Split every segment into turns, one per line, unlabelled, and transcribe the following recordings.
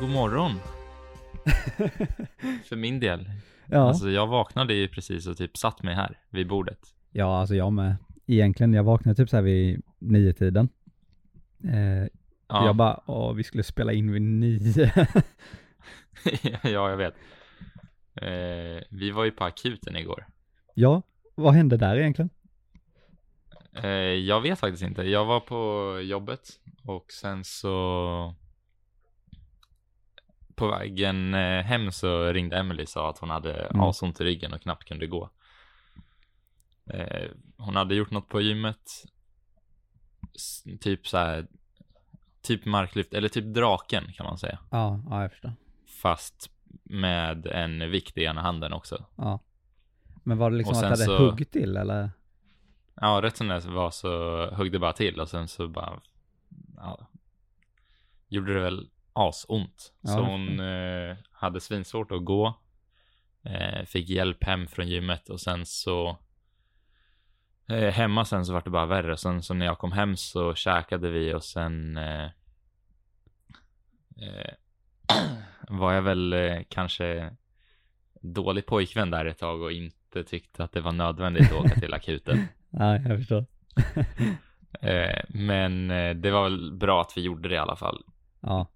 morgon. För min del.
Ja,
Alltså jag vaknade ju precis och typ satt mig här vid bordet.
ja alltså jag med. Egentligen, jag vaknade typ så här vid nio tiden. Eh,
Ja,
Jag bara, åh, vi skulle spela in vid nio.
ja jag vet. Eh, vi var ju på akuten igår.
ja, vad hände där egentligen?
Eh, jag vet faktiskt inte. Jag var på jobbet och sen så på vägen eh, hem så ringde Emily och sa att hon hade
Mm.
asont i ryggen och knappt kunde gå. Eh, hon hade gjort något på gymmet. S- Typ så här, typ marklyft, eller typ draken kan man säga.
Ja, ja jag förstår.
Fast med en vikt i ena handen också.
Men var det
Och
liksom att det
sen
hade
så-
hugg till eller?
Ja, rätt som det var så högg det bara till och sen så bara... Ja, gjorde det väl asont.
Ja,
så
det
hon eh, hade svinsvårt att gå. Eh, fick hjälp hem från gymmet och sen så... Eh, hemma sen så var det bara värre. Sen så när jag kom hem så käkade vi och sen... Eh, eh, var jag väl eh, kanske dålig pojkvän där ett tag och inte tyckte att det var nödvändigt att åka till akuten.
Nej, jag förstår.
Eh, men eh, det var väl bra att vi gjorde det i alla fall.
Ja,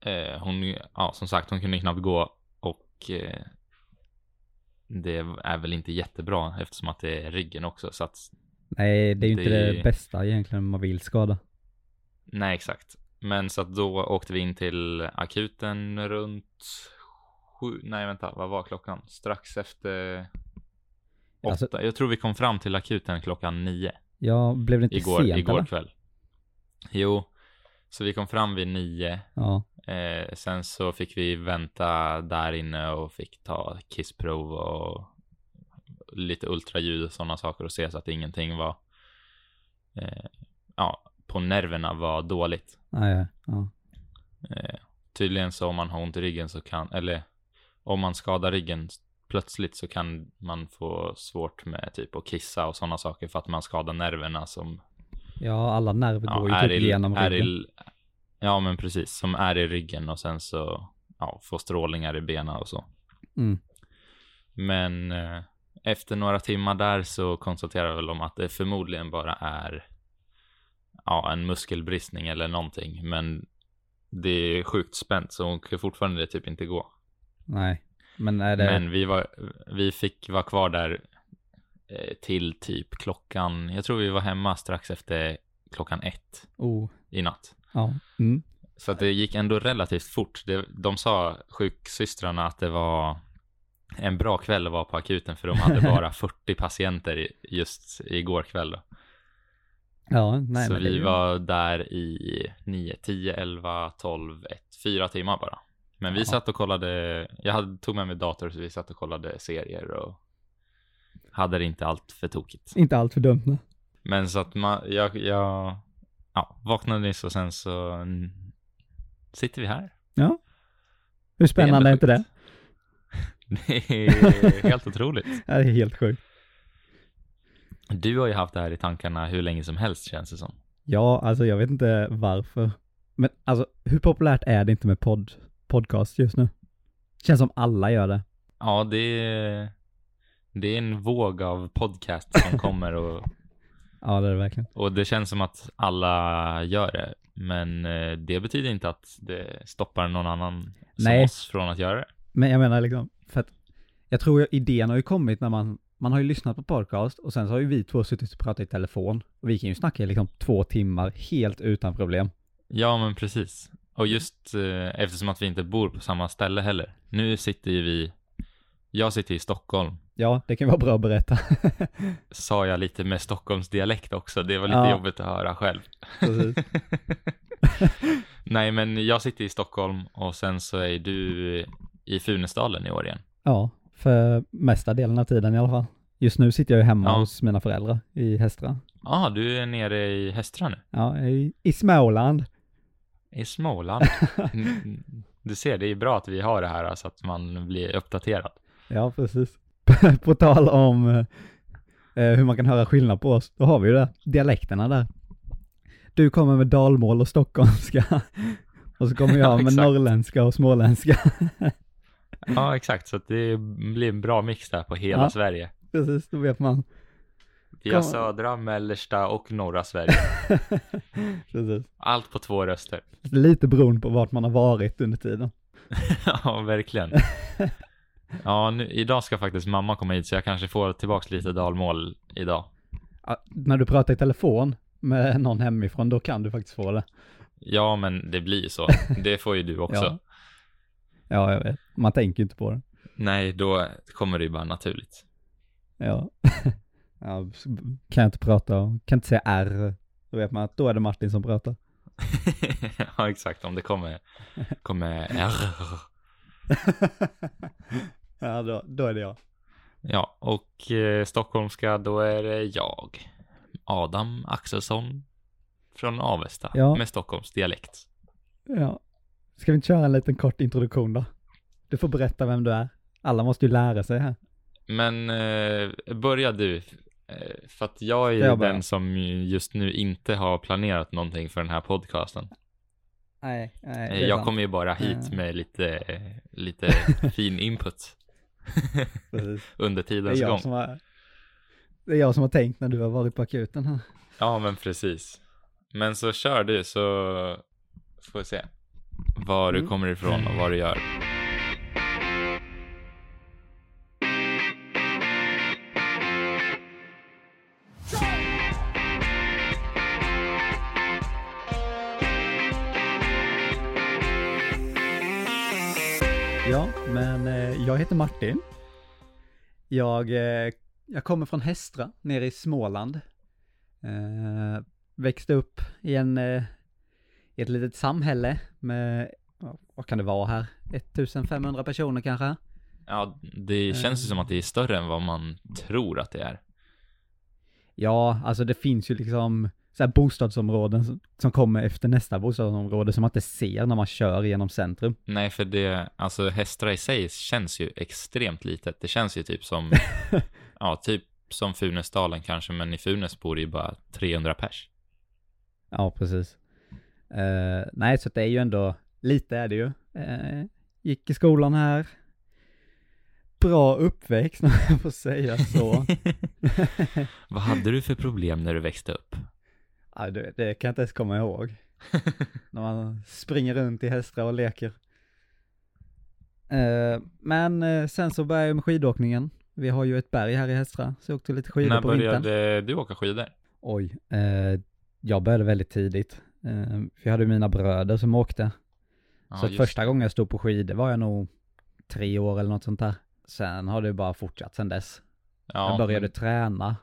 Eh, hon, ja, som sagt, hon kunde knappt gå och eh, det är väl inte jättebra eftersom att det är ryggen också. Så att,
nej det är ju inte
Det-
det bästa egentligen man vill skada.
nej, exakt. Men så att då åkte vi in till akuten runt sju, nej vänta, vad var klockan? Strax efter åtta.
Alltså-
Jag tror vi kom fram till akuten klockan nio.
Ja, blev det inte
Igår,
sent
igår
eller?
kväll. Jo, så vi kom fram vid nio.
Ja,
Eh, sen så fick vi vänta där inne och fick ta kissprov och lite ultraljud och sådana saker och se så att ingenting var eh, ja, på nerverna var dåligt.
nej, ja, ja.
Eh, tydligen så om man har ont i ryggen så kan, eller om man skadar ryggen plötsligt så kan man få svårt med typ att kissa och sådana saker för att man skadar nerverna som
Ja, alla nerver går ju
är
typ
i-
genom
är
ryggen.
i- ja, men precis. Som är i ryggen och sen så ja, får strålningar i benen och så.
Mm.
Men eh, efter några timmar där så konstaterar väl de att det förmodligen bara är ja, en muskelbristning eller någonting. Men det är sjukt spänt så hon kan fortfarande typ inte gå.
Nej, men är det...
Men vi, var, vi fick vara kvar där eh, till typ klockan, jag tror vi var hemma strax efter klockan ett
Oh,
i natt.
ja. Mm.
Så att det gick ändå relativt fort. Det, de sa, sjuksystrarna, att det var en bra kväll att vara på akuten för de hade bara 40 patienter i- just igår kväll. Då.
Ja, nej
så
men det är
vi
ju-
var där i 9, 10, 11, 12, 1, 4 timmar bara. Men vi
Ja.
satt och kollade, jag hade, tog med mig dator så vi satt och kollade serier och hade det inte allt för tokigt.
Inte allt för dumt nu.
Men så att man, jag, jag ja, vaknade nyss och sen så mm, sitter vi här.
Hur spännande är inte det?
Det är helt otroligt.
Ja, Det är helt sjukt.
Du har ju haft det här i tankarna hur länge som helst känns det som.
Ja, alltså jag vet inte varför. Men alltså, hur populärt är det inte med podd, podcast just nu? Känns som alla gör det.
Ja, det är, det är en våg av podcast som kommer och,
Ja, det är det verkligen.
och det känns som att alla gör det. Men eh, det betyder inte att det stoppar någon annan som
Nej.
oss från att göra det.
Men jag menar liksom, för att jag tror ju, idén har ju kommit när man, man har ju lyssnat på podcast och sen så har ju vi två suttit och pratat i telefon. Och vi kan ju snacka i liksom två timmar helt utan problem.
Ja, men precis. Och just eh, eftersom att vi inte bor på samma ställe heller. Nu sitter ju vi, jag sitter i Stockholm.
Ja, det kan vara bra att berätta.
Sa jag lite med Stockholmsdialekt också, det var lite
Ja.
jobbigt att höra själv.
Precis.
Nej, men jag sitter i Stockholm och sen så är du i Funäsdalen i år igen.
Ja, för mesta delen av tiden i alla fall. Just nu sitter jag ju hemma
Ja.
hos mina föräldrar i Hästra.
Ja, ah, du är nere i Hästra nu.
Ja, i, i Småland.
I Småland. Mm, du ser, det är bra att vi har det här så att man blir uppdaterad.
Ja, precis. på tal om eh, hur man kan höra skillnad på oss, då har vi ju det, dialekterna där. Du kommer med dalmål och stockholmska Och så kommer jag
Ja,
med
exakt.
norrländska och småländska.
Ja, exakt. Så att det blir en bra mix där på hela
Ja.
Sverige.
Precis, då vet man.
Vi har
Kom.
södra, mellersta och norra Sverige.
Precis.
Allt på två röster.
Lite beroende på vart man har varit under tiden.
Ja, verkligen. Ja, nu, idag ska faktiskt mamma komma hit så jag kanske får tillbaks lite dalmål idag.
Ja, när du pratar i telefon med någon hemifrån, då kan du faktiskt få det.
Ja, men det blir ju så. Det får ju du också.
Ja. Ja, jag vet. Man tänker ju inte på det.
Nej, då kommer det ju bara naturligt.
Ja. ja s- kan jag inte prata, kan inte säga R, då vet man att då är det Martin som pratar.
ja, exakt. Om det kommer, kommer R.
ja, då, då är det jag.
Ja, och eh, stockholmska, då är det jag. Adam Axelsson från Avesta
Ja.
med Stockholms dialekt.
Ja. Ska vi inte köra en liten kort introduktion då? Du får berätta vem du är. Alla måste ju lära sig här.
Men eh, börja du. Eh, För att jag är ju
Jag börjar.
den som just nu inte har planerat någonting för den här podcasten.
Nej, nej.
Eh, Jag kommer ju bara hit
Eh.
med lite, eh, lite fin input
Precis.
under
Det är,
tidens gång.
jag som har, det är jag som har tänkt när du har varit på akuten här.
Ja, men precis. Men så kör du så får vi se var du
Mm.
kommer ifrån och vad du gör.
Ja, men eh, jag heter Martin. Jag, eh, jag kommer från Hästra, nere i Småland. Eh, växte upp i, en, eh, i ett litet samhälle med, ja, vad kan det vara här, 1500 personer kanske?
Ja,
Eh.
det känns ju som att det är större än vad man tror att det är.
Ja, alltså det finns ju liksom så här bostadsområden som, som kommer efter nästa bostadsområde som man inte ser när man kör genom centrum.
Nej, för det, alltså Hästra i sig känns ju extremt litet. Det känns ju typ som, ja, typ som Funäsdalen kanske, men i Funäs bor det ju bara 300 pers.
Ja, precis. Eh, nej, så att det är ju ändå, lite är det ju. Eh, gick i skolan här. Bra uppväxt, om jag får säga så.
Vad hade du för problem när du växte upp?
ja, det, det kan jag inte ens komma ihåg. När man springer runt i hästar och leker. Eh, men eh, sen så började jag med skidåkningen. Vi har ju ett berg här i Hästra, så jag åkte lite skidor
när
på vintern.
började du åka skidor?
Oj, eh, jag började väldigt tidigt. Eh, för jag hade ju mina bröder som åkte.
Ja,
så att
just-
första gången jag stod på skidor var jag nog tre år eller något sånt där. Sen har det bara fortsatt sen dess.
ja,
jag började
men-
träna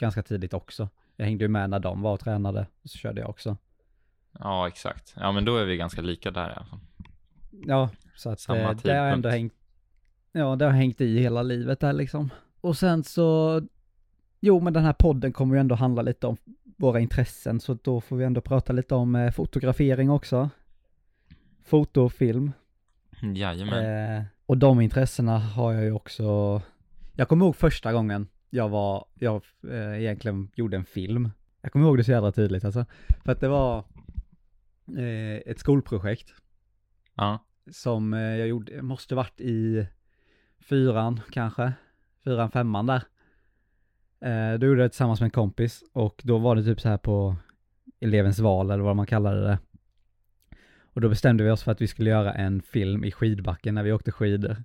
ganska tidigt också. Jag hängde ju med när de var och tränade, och så körde jag också.
Ja, exakt. Ja, men då är vi ganska lika där i alla fall.
Ja, så att
Samma
eh, det har jag ändå
tidpunkt.
hängt, ja, det har hängt i hela livet där liksom. Och sen så, jo men den här podden kommer ju ändå handla lite om våra intressen, så då får vi ändå prata lite om eh, fotografering också. Foto och film.
Mm, Jajamän.
Eh, och de intressena har jag ju också, jag kommer ihåg första gången jag var, jag eh, egentligen gjorde en film. Jag kommer ihåg det så jävla tydligt alltså. För att det var eh, ett skolprojekt
Ja,
som eh, jag gjorde, jag måste varit i fyran kanske, fyran, femman där. Eh, då gjorde jag det tillsammans med en kompis och då var det typ så här på elevens val eller vad man kallade det. Och då bestämde vi oss för att vi skulle göra en film i skidbacken när vi åkte skidor.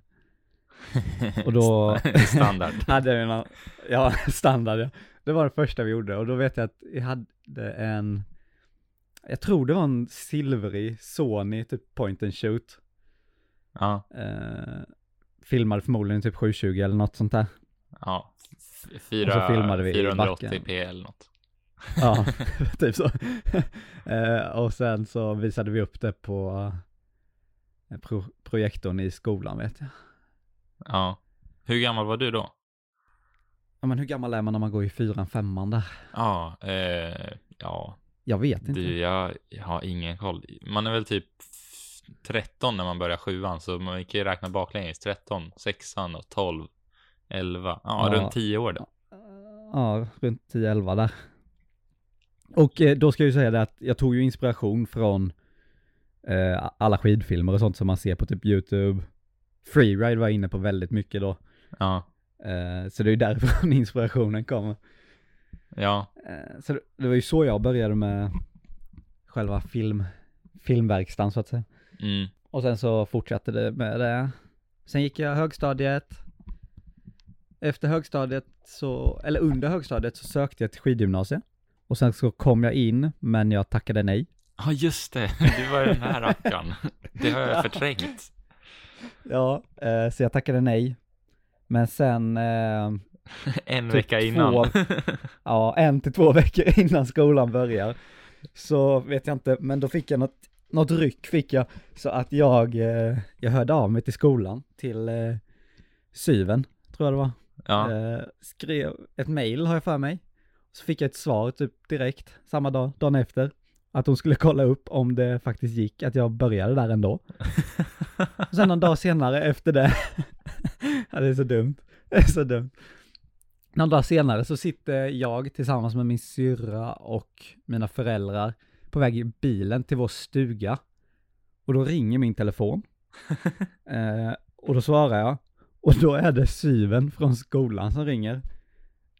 Och då-
Standard.
hade jag någon, ja, standard ja. Det var det första vi gjorde och då vet jag att jag hade en, jag tror det var en silvrig Sony, typ point and shoot.
Ja,
Eh, filmade förmodligen typ 720 eller något sånt där.
ja. F-
Och så
Fyra,
filmade vi i
480p eller något.
Ja, typ så. Eh, och sen så visade vi upp det på eh, pro- projektorn i skolan vet jag.
Ja. Hur gammal var du då?
Ja men hur gammal är man när man går i fyran, femman där?
Ja, eh, ja,
Jag vet inte.
Du, jag, jag har ingen koll. Man är väl typ 13 när man börjar sjuan, så man kan ju räkna baklänges. 13, 16 och 12, 11. Ja,
Ja.
runt 10 år då.
Ja, runt 10-11 där. Och eh, då ska jag ju säga det att jag tog ju inspiration från eh, alla skidfilmer och sånt som man ser på typ YouTube. Freeride var jag inne på väldigt mycket då.
Ja,
Eh, så det är ju därifrån inspirationen kommer.
ja,
Eh, så det, det var ju så jag började med själva film, filmverkstan så att säga.
mm,
Och sen så fortsatte det med det. Sen gick jag högstadiet. Efter högstadiet så, eller under högstadiet så sökte jag till skidgymnasiet. Och sen så kom jag in, men jag tackade nej.
ja just det, du var ju den här rackaren. Det har jag förträngt.
Ja. Eh, så jag tackade nej. Men sen, eh,
En
Typ
vecka
två
innan.
ja, en till två veckor innan skolan börjar. Så vet jag inte, men då fick jag något, något ryck fick jag. Så att jag, eh, jag hörde av mig till skolan, till eh, syven, tror jag det var.
Ja,
Eh, skrev ett mail har jag för mig. Så fick jag ett svar typ direkt, samma dag, dagen efter. Att de skulle kolla upp om det faktiskt gick, att jag började där ändå. Och sen någon dag senare efter det. ja, det är så dumt. Det är så dumt. Någon dag senare så sitter jag tillsammans med min syrra och mina föräldrar på väg i bilen till vår stuga. Och då ringer min telefon. eh, och då svarar jag. Och då är det syven från skolan som ringer.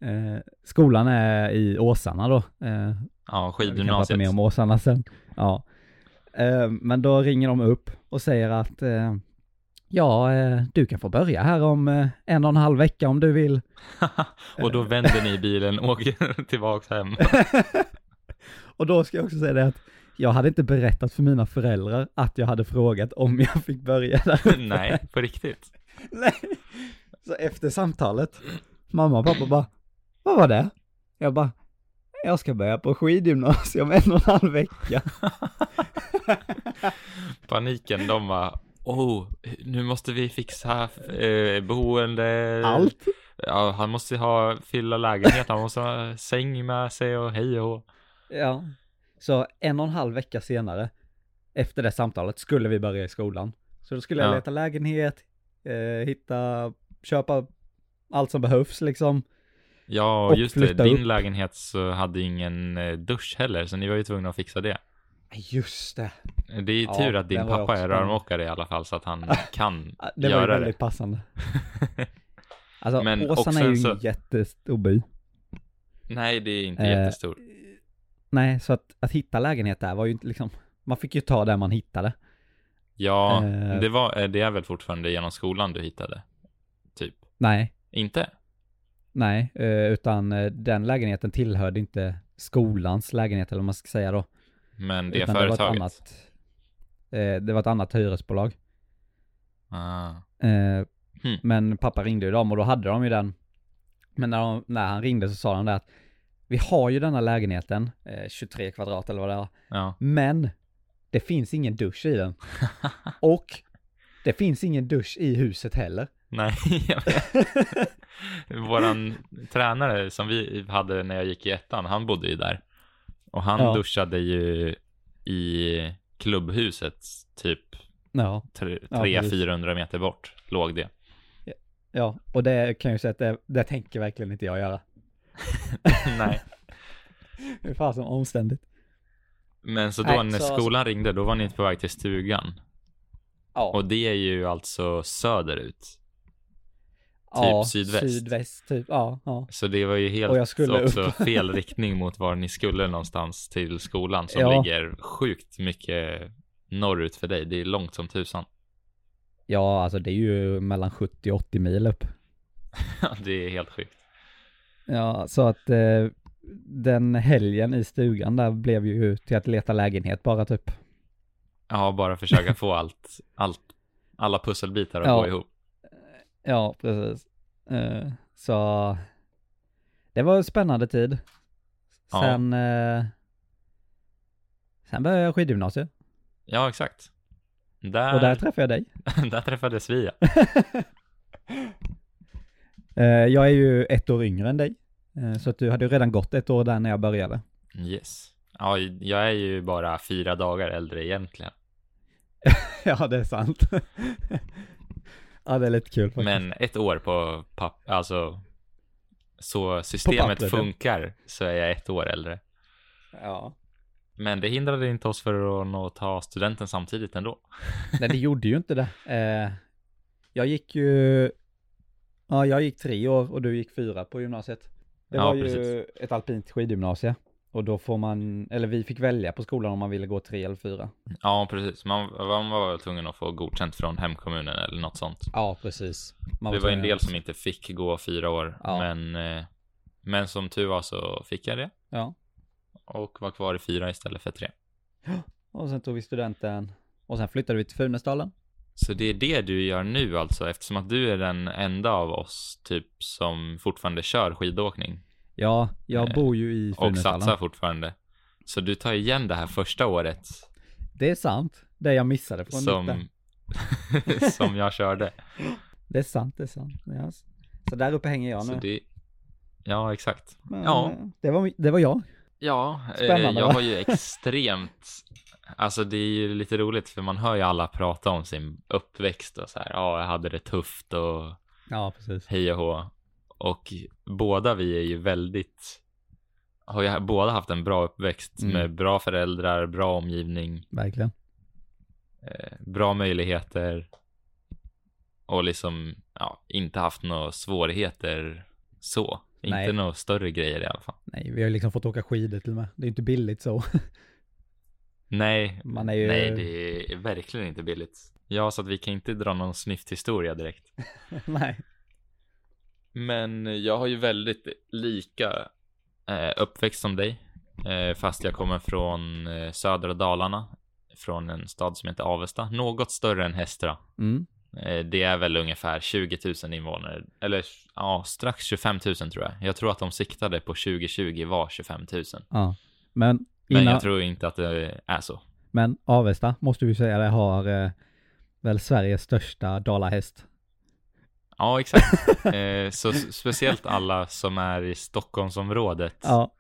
Eh, skolan är i Åsarna då. Eh,
ja
vi kan prata
skidgymnasiet.
mer om Åsarna sen. Ja. Eh, men då ringer de upp och säger att eh, ja, eh, du kan få börja här om eh, en och en halv vecka om du vill.
och då vänder ni i bilen och åker tillbaks hem.
och då ska jag också säga det att jag hade inte berättat för mina föräldrar att jag hade frågat om jag fick börja där.
Nej, på riktigt.
Nej. Så efter samtalet, mamma och pappa bara, vad var det? Jag bara, jag ska börja på skidgymnasium om en och en halv vecka.
Paniken, de bara Oh, nu måste vi fixa eh, boende.
Allt.
Ja, han måste ha, fylla lägenhet, han måste ha säng med sig och hej och hå.
Ja. Så en och en halv vecka senare, efter det samtalet, skulle vi börja i skolan. Så då skulle jag
Ja.
leta lägenhet, eh, hitta, köpa allt som behövs liksom.
Ja,
Och
just
flytta
det. Din
upp.
lägenhet så hade ingen eh, dusch heller, så ni var ju tvungna att fixa det.
Just det.
Det är ju
Ja,
tur att din
den var
pappa
också
är rörmokare i alla fall, så att han kan
Ah, Det var ju
göra
väldigt passande. Alltså,
Men och
Åsarna är
sen
ju
så-
en jättestor by.
det. Nej, det är inte
Eh,
jättestor.
Nej, så att, att hitta lägenhet där var ju inte liksom, man fick ju ta där man hittade.
Ja,
eh,
det, var, eh, det är väl fortfarande genom skolan du hittade? Typ.
Nej,
Inte?
nej, eh, utan eh, den lägenheten tillhörde inte skolans lägenhet eller vad man ska säga då.
Men det
utan
företaget?
Det var ett annat, eh, det var ett annat hyresbolag.
Ah.
Eh,
Hmm.
Men pappa ringde ju dem och då hade de ju den. Men när, de, när han ringde så sa han det att vi har ju denna lägenheten, eh, 23 kvadrat eller vad det är,
Ja.
men det finns ingen dusch i den. Och det finns ingen dusch i huset heller.
Nej, jag vet. Våran tränare som vi hade när jag gick i ettan, han bodde ju där. Och han
Ja.
duschade ju i klubbhuset, typ
Ja.
tre-
Ja,
tre
precis.
400 meter bort låg det.
Ja, och det kan jag ju säga att det, det tänker verkligen inte jag göra.
Nej.
Hur fasen omständigt.
Men så då
Nej,
när
så-
skolan ringde, då var ni på väg till stugan.
Ja,
Och det är ju alltså söderut.
ja,
typ sydväst.
Sydväst, typ. Ja, ja.
Så det var ju helt
Och jag skulle
också
upp.
fel riktning mot var ni skulle någonstans till skolan som
Ja.
ligger sjukt mycket norrut för dig. Det är långt som tusan.
Ja, alltså det är ju mellan 70 och 80 mil upp.
Ja, det är helt sjukt.
Ja, så att eh, den helgen i stugan där blev ju till att leta lägenhet bara typ.
Ja, bara försöka få allt, allt, alla pusselbitar att
Ja.
gå ihop.
Ja, precis. Eh, så det var en spännande tid.
Ja.
Sen, eh, sen började jag skidgymnasiet
Ja, exakt. Där,
och där
där...
träffade jag dig.
träffades vi. ja.
Eh, jag är ju ett år yngre än dig. eh, Så att du hade ju redan gått ett år där när jag började.
Yes. Ja, jag är ju bara fyra dagar äldre egentligen.
ja, det är sant. ja, det är lite kul faktiskt.
Men ett år på papp... Alltså, så systemet
pappret, ja.
funkar så är jag ett år äldre.
Ja.
Men det hindrade inte oss för att nå ta studenten samtidigt ändå.
Nej, det gjorde ju inte det. Eh, jag gick ju... Ja, jag gick tre år och du gick fyra på gymnasiet. Det
Ja,
var ju
precis.
ett alpint skidgymnasium. Och då får man, eller vi fick välja på skolan om man ville gå tre eller fyra.
Ja, precis. Man, man var väl tvungen att få godkänt från hemkommunen eller något sånt.
Ja, precis. Man
det var en
tvungen-
del som inte fick gå fyra år,
Ja.
men, eh, men som tur var så fick jag det
Ja.
och var kvar i fyra istället för tre.
Och sen tog vi studenten. Och sen flyttade vi till Funäsdalen.
Så det är det du gör nu alltså, eftersom att du är den enda av oss typ som fortfarande kör skidåkning
Ja, jag
Eh,
bor ju i
och satsar
Funäsdalen.
fortfarande. Så du tar igen det här första året
Det är sant. Det jag missade från mitten.
som, som jag körde.
Det är sant, det är sant. Ja. Så där uppe hänger jag
så
nu.
det, ja, exakt.
Men,
ja.
eh, Det var, det var jag.
Ja, eh,
Spännande,
jag
va?
var ju extremt, alltså det är ju lite roligt för man hör ju alla prata om sin uppväxt och så här, ja jag hade det tufft och
Ja, precis.
hej och hå. Och båda vi är ju väldigt, har ju båda haft en bra uppväxt
Mm.
med bra föräldrar, bra omgivning,
Verkligen.
eh, bra möjligheter och liksom, ja, inte haft några svårigheter så.
Nej.
Inte några större grejer i alla fall.
Nej, vi har ju liksom fått åka skidor till och med. Det är inte billigt så.
Nej,
Man är ju...
Nej, det är verkligen inte billigt. Ja, så att vi kan inte dra någon snyfthistoria direkt.
Nej.
Men jag har ju väldigt lika eh, uppväxt som dig, eh, fast jag kommer från eh, södra Dalarna, från en stad som heter Avesta, något större än Hästra.
Mm.
Eh, det är väl ungefär 20 000 invånare, eller ja, strax 25 000 tror jag. Jag tror att de siktade på 2020 var 25 000,
Ja. Men,
men
innan, men,
jag tror inte att det är så.
Avesta måste vi säga det har eh, väl Sveriges största dalahäst.
Ja, exakt. eh, så s- speciellt alla som är i Stockholmsområdet
Ja,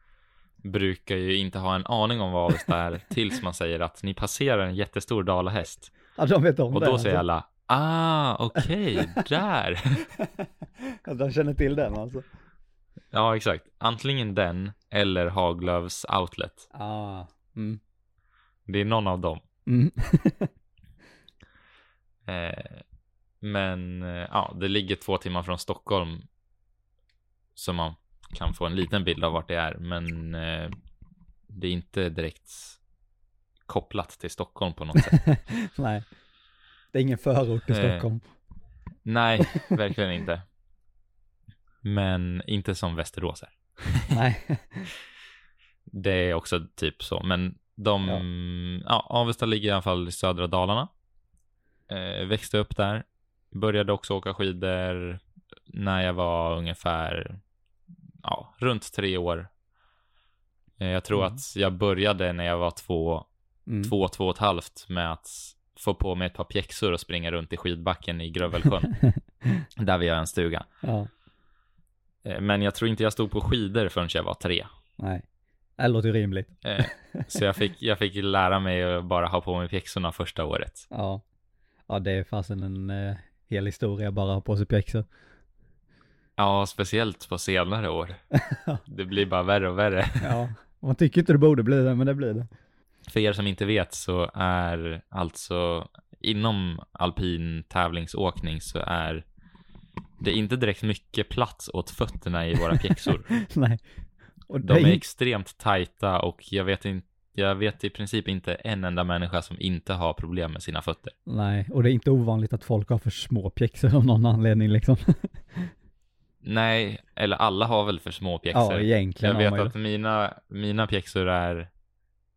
brukar ju inte ha en aning om vad Avesta är tills man säger att ni passerar en jättestor dalahäst.
ja de vet om
Och
det.
då säger
alltså.
alla Ah, okej, där.
Ja, de känner till den alltså.
Ja, exakt. Antingen den eller Haglövs outlet.
Ja. Mm.
Det är någon av dem.
Mm.
Eh, men eh, ja, det ligger två timmar från Stockholm. Så man kan få en liten bild av vart det är. Men eh, det är inte direkt kopplat till Stockholm på något sätt.
Nej. Det är ingen förort till
Eh.
Stockholm.
Nej, verkligen inte. Men inte som Västerås är.
Nej.
Det är också typ så. Men de, ja. Avesta ligger i alla fall i södra Dalarna. Eh, växte upp där. Började också åka skidor när jag var ungefär ja, runt tre år. Eh, jag tror
Mm.
att jag började när jag var två,
Mm.
två, två och ett halvt med att få på mig ett par pjäxor och springa runt i skidbacken i Grövelsjön, där vi har en stuga.
ja.
Eh, Men jag tror inte jag stod på skidor förrän jag var tre.
Nej. Det låter ju rimligt.
Eh, Så jag fick, jag fick lära mig att bara ha på mig pjäxorna första året.
Ja. Ja, det är fasen en eh, hel historia bara att ha på sig pjäxor.
Ja, speciellt på senare år. Det blir bara värre och värre.
Ja. Man tycker inte det borde bli det, men det blir det.
För er som inte vet så är alltså inom alpin tävlingsåkning så är det inte direkt mycket plats åt fötterna i våra pjäxor.
Nej. Och
De är
det,
extremt tajta och jag vet, in, jag vet i princip inte en enda människa som inte har problem med sina fötter.
nej, och det är inte ovanligt att folk har för små pjäxor av någon anledning liksom.
Nej, eller alla har väl för små pjäxor.
Ja, egentligen
Jag vet
har man ju
att mina, mina pjäxor är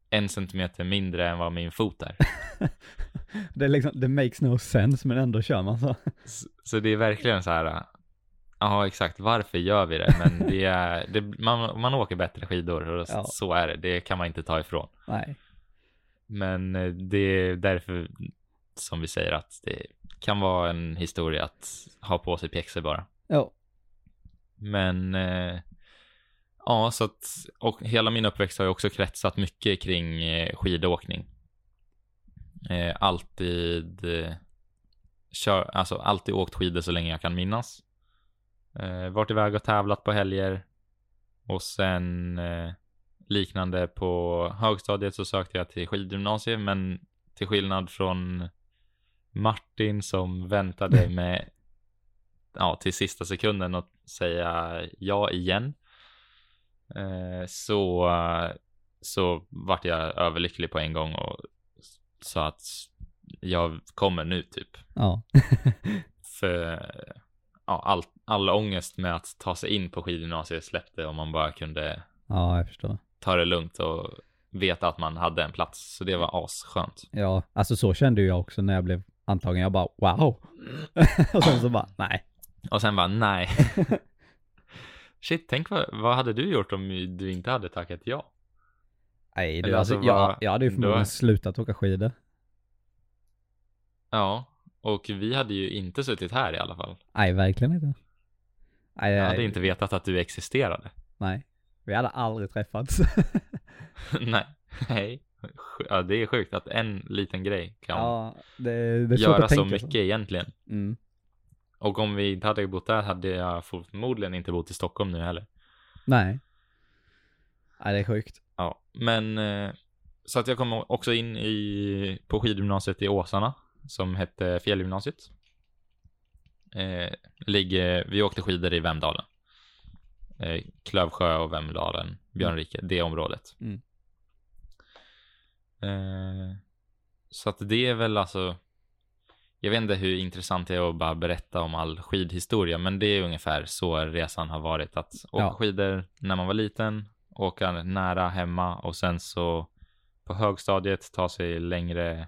en centimeter mindre än vad min fot är.
det. det. är liksom, det makes no sense, men ändå kör man så.
S- så det är verkligen så här, äh, ja exakt, varför gör vi det? Men det är, det, man, man åker bättre skidor och
Ja.
så är det, det kan man inte ta ifrån.
Nej.
Men eh, det är därför som vi säger att det kan vara en historia att ha på sig pjäxor bara.
Ja.
Men eh, ja, så att och hela min uppväxt har ju också kretsat mycket kring eh, skidåkning. Eh, alltid eh, kör, alltså alltid åkt skidor så länge jag kan minnas. Eh, varit iväg och tävlat på helger och sen eh, liknande på högstadiet så sökte jag till skidgymnasiet, men till skillnad från Martin som väntade med ja, till sista sekunden att säga ja igen. Eh, så, så vart jag överlycklig på en gång och sa att jag kommer nu typ.
Ja.
För ja, all, all ångest med att ta sig in på skidgymnasiet släppte om man bara kunde
ja, jag förstår.
ta det lugnt och veta att man hade en plats. Så det var asskönt.
Ja, alltså så kände ju jag också när jag blev antagen. Jag bara wow. och sen så bara nej.
Och sen bara nej. Shit, tänk vad, vad hade du gjort om du inte hade tackat ja?
Nej, du,
Eller
alltså,
alltså,
jag,
vad-
jag hade ju
då-
förmodligen slutat åka skidor.
Ja, och vi hade ju inte suttit här i alla fall.
Nej, verkligen inte. Nej,
Jag
nej,
hade inte vetat att du existerade.
nej. Vi hade aldrig träffats.
nej, hej. Sj- Ja, det är sjukt att en liten grej kan
ja, det, det är svårt
göra
att
så
tänka
mycket
Så.
egentligen.
Mm.
Och om vi inte hade bott där hade jag förmodligen inte bott i Stockholm nu heller.
Nej. Nej, det är sjukt.
Ja, men eh, så att jag kom också in i, på skidgymnasiet i Åsarna som hette Fjällgymnasiet. Eh, ligger, vi åkte skidor i Vemdalen. Eh, Klövsjö och Vemdalen, Björnrike, det området.
Mm.
Eh, så att det är väl alltså, jag vet inte hur intressant det är att bara berätta om all skidhistoria, men det är ungefär så resan har varit. Att åka
Ja.
skidor när man var liten, åka nära hemma och sen så på högstadiet ta sig längre,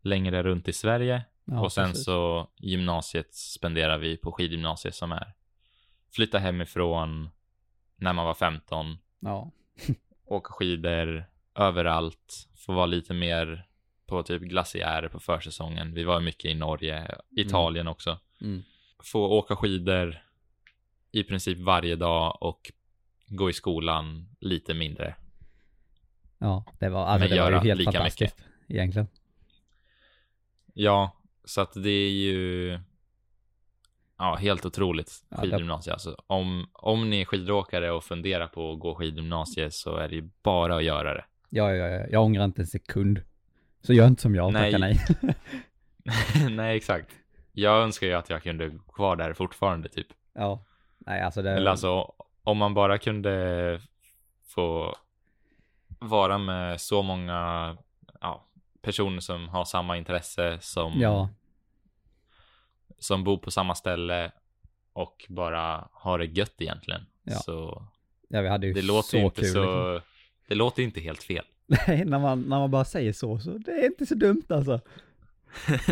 längre runt i Sverige
Ja,
och sen
precis.
så gymnasiet spenderar vi på skidgymnasiet som är flytta hemifrån när man var 15,
Ja.
åka skidor överallt, få vara lite mer på typ glaciärer på försäsongen. Vi var mycket i Norge, Italien också.
Mm.
Få åka skidor i princip varje dag och gå i skolan lite mindre.
Ja, det var, alltså,
Men
det var ju
göra
helt
lika
fantastiskt. Egentligen.
Ja, så att det är ju ja, helt otroligt
Ja, det-
skidgymnasie. Alltså, om, om ni är skidåkare och funderar på att gå skidgymnasie så är det ju bara att göra det.
Ja, ja, ja, jag ångrar inte en sekund. Så gör inte som jag och
Nej.
tacka nej.
Nej, exakt. Jag önskar ju att jag kunde gå kvar där fortfarande typ.
ja. Nej, alltså det...
Eller alltså, om man bara kunde få vara med så många ja, personer som har samma intresse som
Ja,
som bor på samma ställe och bara har det gött egentligen.
Ja.
Så
ja, vi hade ju
det låter
så
ju inte
kul.
så...
liksom.
Det låter ju inte helt fel.
Nej, när man, när man bara säger så, så det är inte så dumt alltså.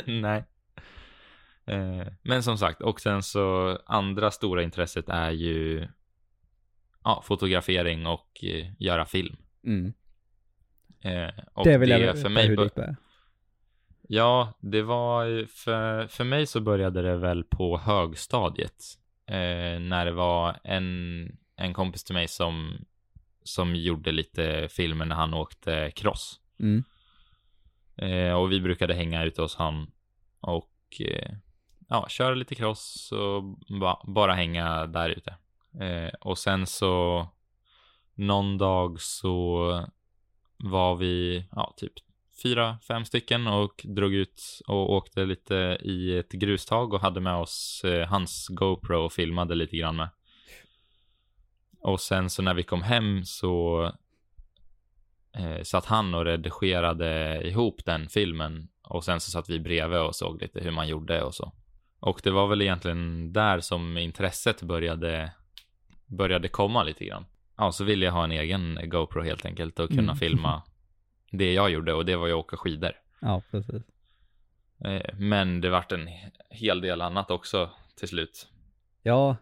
Nej. Eh, Men som sagt, och sen så andra stora intresset är ju ja, fotografering och eh, göra film.
Mm.
Eh, Och
det vill jag
för mig
hur
bör-
det är.
Ja, det var ju- för, för mig så började det väl på högstadiet. Eh, när det var en, en kompis till mig som, som gjorde lite filmer när han åkte cross.
Mm.
Eh, och vi brukade hänga ute hos han och eh, ja, köra lite cross och ba, bara hänga där ute. Eh, och sen så någon dag så var vi ja, typ fyra, fem stycken och drog ut och åkte lite i ett grustag och hade med oss eh, hans GoPro och filmade lite grann med. Och sen så när vi kom hem så eh, satt han och redigerade ihop den filmen och sen så satt vi bredvid och såg lite hur man gjorde och så. Och det var väl egentligen där som intresset började, började komma lite grann. Ja, så ville jag ha en egen GoPro helt enkelt och kunna
Mm.
filma det jag gjorde och det var ju att åka skidor.
Ja, precis.
Eh, Men det vart en hel del annat också till slut.
Ja,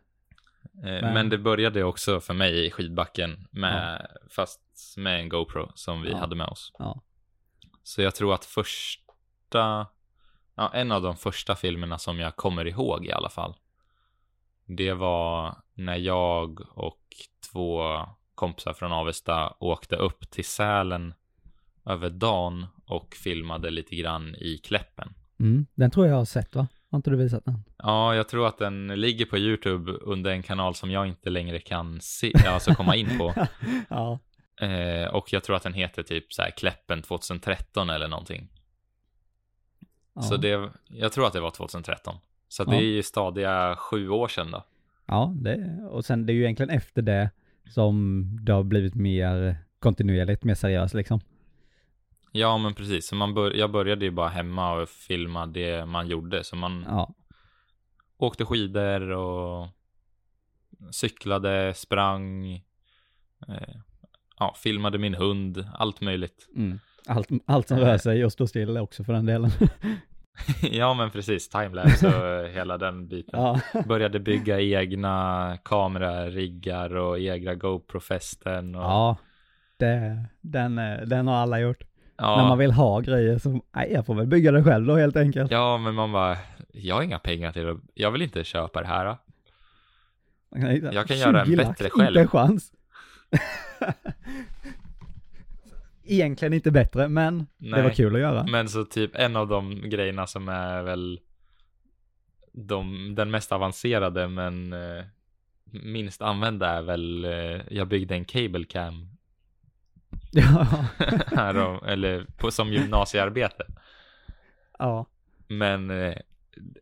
Eh,
Men-
Men, det började också för mig i skidbacken, med, fast med en GoPro som vi
Ja.
hade med oss.
Ja.
Så jag tror att första, ja, en av de första filmerna som jag kommer ihåg i alla fall, det var när jag och två kompisar från Avesta åkte upp till Sälen över dagen och filmade lite grann i Kläppen.
mm. den tror jag jag har sett va? Har inte du visat den?
Ja, jag tror att den ligger på YouTube under en kanal som jag inte längre kan se, alltså komma in på.
ja,
Eh, och jag tror att den heter typ så här Kläppen 2013 eller någonting.
Ja.
Så det, jag tror att det var 2013. Så att
Ja.
det är ju stadiga sju år sedan då.
Ja, det, och sen det är ju egentligen efter det som det har blivit mer kontinuerligt, mer seriöst liksom.
Mm. Ja, men precis. Så man bör, jag började ju bara hemma och filma det man gjorde. Så man
Ja,
åkte skidor och cyklade, sprang, eh, ja, filmade min hund, allt möjligt.
allt, allt som rör sig och står still också för den delen.
ja, men precis. Timelapse och hela den biten.
ja.
Började bygga egna kamerariggar och egna GoPro-fästen. Och,
ja, det, den, eh, den har alla gjort.
Ja,
När man vill ha grejer så, nej jag får väl bygga det själv då helt enkelt.
ja, men man bara, jag har inga pengar till det. Jag vill inte köpa det här. Då. Jag kan göra en
20
bättre
lax,
själv.
Inte en chans. Egentligen inte bättre, men det
Nej.
var kul att göra.
Men så typ en av de grejerna som är väl de, den mest avancerade men eh, minst använda är väl eh, jag byggde en cable cam
Ja,
här om, eller på, som gymnasiearbete.
ja,
Men eh,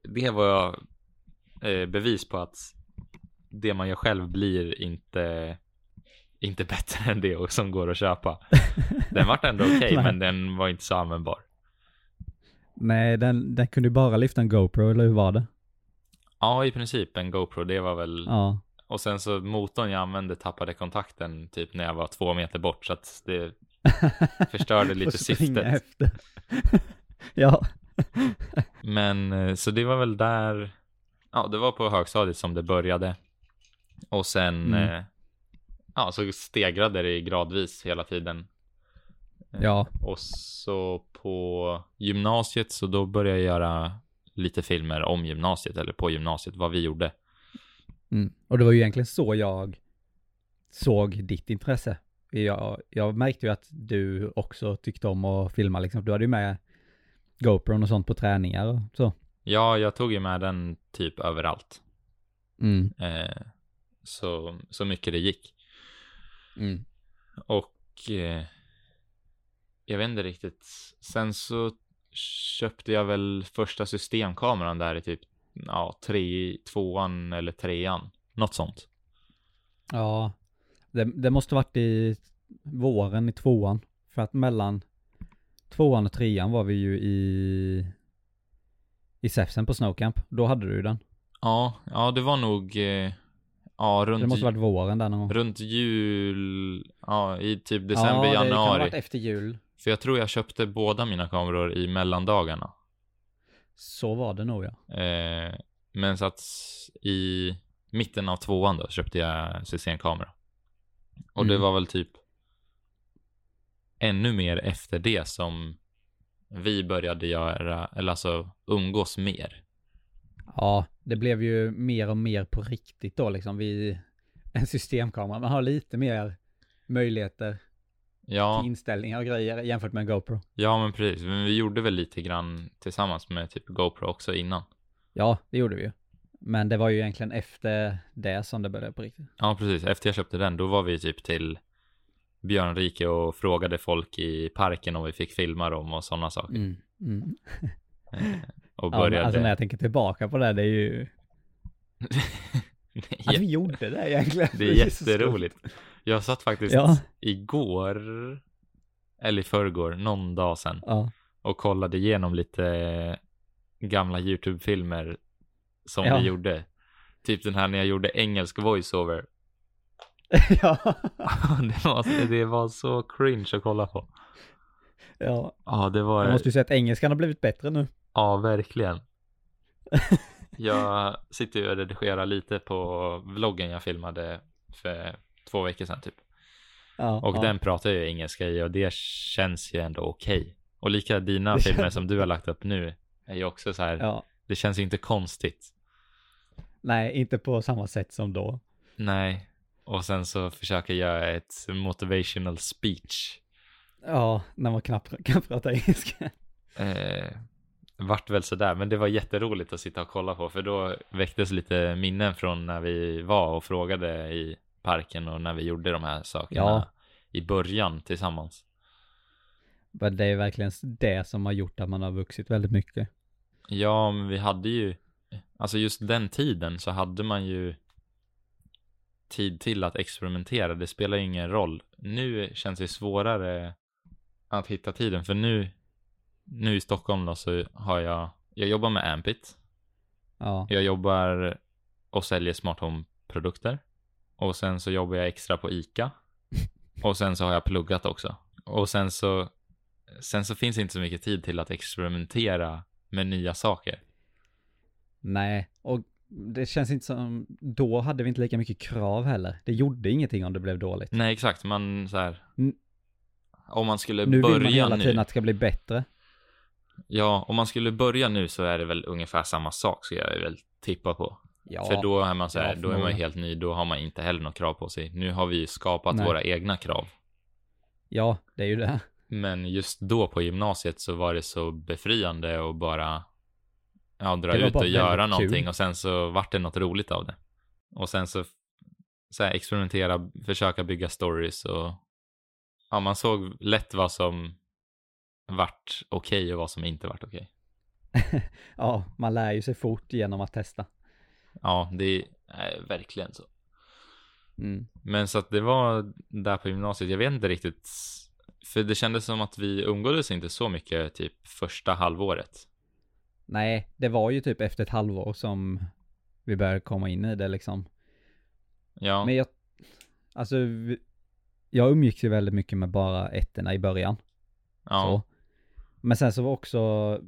det var eh, bevis på att det man gör själv blir inte inte bättre än det som går att köpa. Den vart ändå okej,
Nej.
men den var inte så användbar.
nej den, den kunde ju bara lyfta en GoPro, eller hur var det?
Ja, i princip en GoPro, det var väl
Ja,
Och sen så motorn jag använde tappade kontakten typ när jag var två meter bort så att det förstörde lite
Får springa
syftet.
Efter. ja,
Men eh, så det var väl där, ja det var på högstadiet som det började. Och sen,
Mm.
eh, ja så stegrade det gradvis hela tiden. Eh,
ja,
Och så på gymnasiet så då började jag göra lite filmer om gymnasiet eller på gymnasiet, vad vi gjorde.
Mm. Och det var ju egentligen så jag såg ditt intresse. Jag, jag märkte ju att du också tyckte om att filma liksom. Du hade ju med GoPron och sånt på träningar och så.
Ja, jag tog ju med den typ överallt.
Mm.
Eh, så, så mycket det gick.
mm.
Och eh, jag vet inte riktigt. Sen så köpte jag väl första systemkameran där i typ ja, tre, tvåan eller trean. Något sånt.
Ja, det, det måste varit i våren i tvåan. För att mellan tvåan och trean var vi ju i i Säfsen på Snowcamp. Då hade du ju den.
Ja, ja det var nog eh, ja,
Det
runt,
måste varit våren där någon gång.
runt jul, ja, i typ december,
ja, det kan ha
januari.
varit efter jul.
För jag tror jag köpte båda mina kameror i mellandagarna.
Så var det nog ja.
Eh, men så att i mitten av tvåan då köpte jag systemkamera. Och det
Mm.
var väl typ ännu mer efter det som vi började göra, eller alltså umgås mer.
Ja, det blev ju mer och mer på riktigt då liksom. Vi, en systemkamera, man har lite mer möjligheter till
Ja,
inställningar och grejer jämfört med en GoPro.
ja men precis. Men vi gjorde väl lite grann tillsammans med typ GoPro också innan.
Ja, det gjorde vi ju. Men det var ju egentligen efter det som det började på riktigt.
Ja, precis. Efter jag köpte den, då var vi typ till Björnrike och frågade folk i parken om vi fick filma dem och sådana saker.
Mm. Mm.
Och
Ja, men
började...
alltså när jag tänker tillbaka på det, här, det är ju... Att vi gjorde det egentligen.
Det är
så skumt.
jätteroligt. Jag satt faktiskt
Ja.
igår, eller i förrgår, någon dag sedan
Ja.
och kollade igenom lite gamla YouTube-filmer som
Ja.
vi gjorde. Typ den här när jag gjorde engelsk voiceover.
ja.
det, var, det var så cringe att kolla på.
Ja.
Ja, det var...
Jag måste ju säga att engelskan har blivit bättre nu.
Ja, verkligen. Jag sitter ju och redigerar lite på vloggen jag filmade för två veckor sedan typ.
Ja,
Och
ja.
den pratar ju engelska i och det känns ju ändå okej. Och lika dina
Det
filmer
känns-
som du har lagt upp nu är ju också så här,
Ja.
det känns ju inte konstigt.
Nej, inte på samma sätt som då.
Nej. Och sen så försöker jag göra ett motivational speech.
Ja, när man knappt kan prata engelska.
Eh, vart väl sådär, men det var jätteroligt att sitta och kolla på för då väcktes lite minnen från när vi var och frågade i parken och när vi gjorde de här sakerna
Ja.
i början tillsammans.
Men det är verkligen det som har gjort att man har vuxit väldigt mycket.
Ja, men vi hade ju, alltså just den tiden så hade man ju tid till att experimentera. Det spelar ju ingen roll. Nu känns det svårare att hitta tiden för nu, nu i Stockholm då så har jag, jag jobbar med Ampit.
Ja,
Jag jobbar och säljer smart home-produkter. Och sen så jobbar jag extra på ICA. Och sen så har jag pluggat också. Och sen så, sen så finns inte så mycket tid till att experimentera med nya saker.
nej, och det känns inte som, då hade vi inte lika mycket krav heller. Det gjorde ingenting om det blev dåligt.
Nej, exakt. Man så här,
Mm.
om man skulle
Nu vill
börja
man hela
nu.
tiden att det ska bli bättre.
Ja, om man skulle börja nu så är det väl ungefär samma sak ska jag väl tippa på.
Ja,
För då är man så
Ja,
här, då är man ju
förmodligen.
helt ny, då har man inte heller något krav på sig. Nu har vi ju skapat
Nej.
våra egna krav.
ja, det är ju det.
Men just då på gymnasiet så var det så befriande att bara ja, dra
Det var
ut
bara
och göra
väldigt
någonting
kul.
och sen så vart det något roligt av det. Och sen så, så här, experimentera, försöka bygga stories och ja, man såg lätt vad som vart okej och vad som inte vart okej.
Ja, man lär ju sig fort genom att testa.
Ja, det är verkligen så.
Mm.
Men så att det var där på gymnasiet, jag vet inte riktigt. För det kändes som att vi umgåddes inte så mycket typ första halvåret.
Nej, det var ju typ efter ett halvår som vi började komma in i det liksom.
Ja,
Men jag, alltså, vi- jag umgicks ju väldigt mycket med bara ettorna i början.
ja.
Så. Men sen så var också,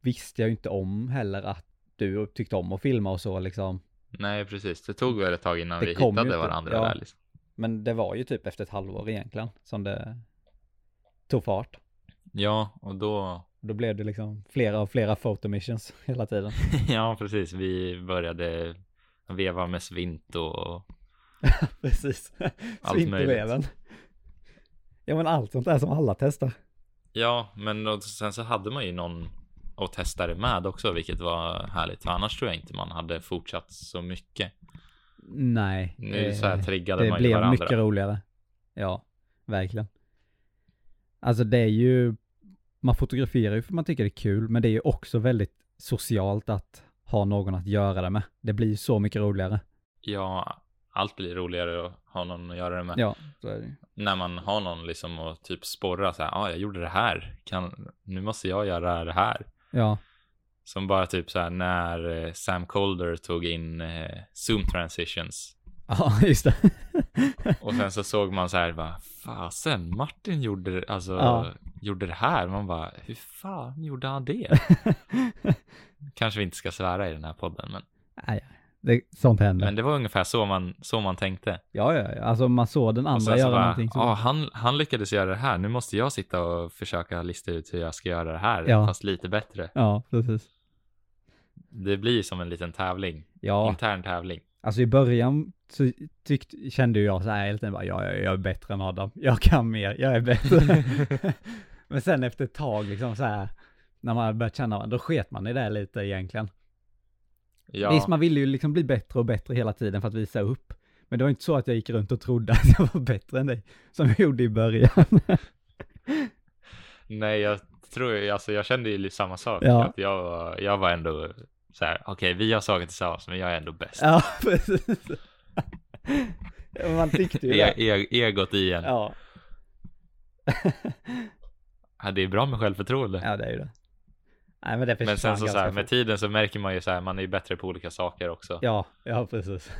visste jag ju inte om heller att du tyckte om att filma och så liksom.
Nej, precis. Det tog väl ett tag innan
Det
vi
kom ju
hittade
inte,
varandra
ja.
där. Liksom.
Men det var ju typ efter ett halvår egentligen som det tog fart.
Ja, och då...
Då blev det liksom flera och flera photomissions hela tiden.
ja, precis. Vi började veva med svint och...
Precis.
Allt
Svinterveven. Ja men allt sånt där som alla testar.
Ja, men då, sen så hade man ju någon att testa det med också, vilket var härligt. För annars tror jag inte man hade fortsatt så mycket.
Nej.
Nu så här triggade
Eh, det
man ju
blev
varandra.
mycket roligare. Ja, verkligen. Alltså det är ju, man fotograferar ju för man tycker det är kul, men det är ju också väldigt socialt att ha någon att göra det med. Det blir ju så mycket roligare.
Ja, allt blir roligare att ha någon att göra det med.
Ja, så är det ju.
När man har någon liksom att typ sporra så här, ja, ah, jag gjorde det här. Kan, nu måste jag göra det här.
Ja,
Som bara typ så här när eh, Sam Calder tog in eh, Zoom transitions.
ja just det.
Och sen så såg man så här bara, fasen Martin gjorde, alltså,
Ja.
gjorde det här. Man bara, hur fan gjorde han det? Kanske vi inte ska svära i den här podden, men,
Nej, det, sånt händer.
men det var ungefär så man, så man tänkte.
Ja, ja, ja, alltså man såg den
och
andra
sen så
göra
bara,
någonting så.
ah, han, han lyckades göra det här, nu måste jag sitta och försöka lista ut hur jag ska göra det här,
Ja.
fast lite bättre.
Ja, precis.
Det blir som en liten tävling,
Ja,
intern tävling.
Alltså i början så tyckte, kände ju jag så här hela tiden bara, ja, ja, jag är bättre än Adam, jag kan mer, jag är bättre. Men sen efter ett tag liksom så här, när man börjat känna varandra, då sket man i det lite egentligen.
Ja.
Visst, man ville ju liksom bli bättre och bättre hela tiden för att visa upp. Men det var inte så att jag gick runt och trodde att jag var bättre än dig, som jag gjorde i början.
Nej, jag tror ju, alltså jag kände ju lite samma sak.
Ja.
Att jag, var- jag var ändå så här, okej, vi har saker tillsammans, men jag är ändå bäst.
ja, precis. man tyckte ju
E-
det.
e- egot i en. Ja.
Ja,
Det är bra med självförtroende.
ja, det är ju det. Nej, men det
men
försvann
sen så, så här,
ganska
med
fort.
tiden så märker man ju så här, man är ju bättre på olika saker också.
Ja, ja precis.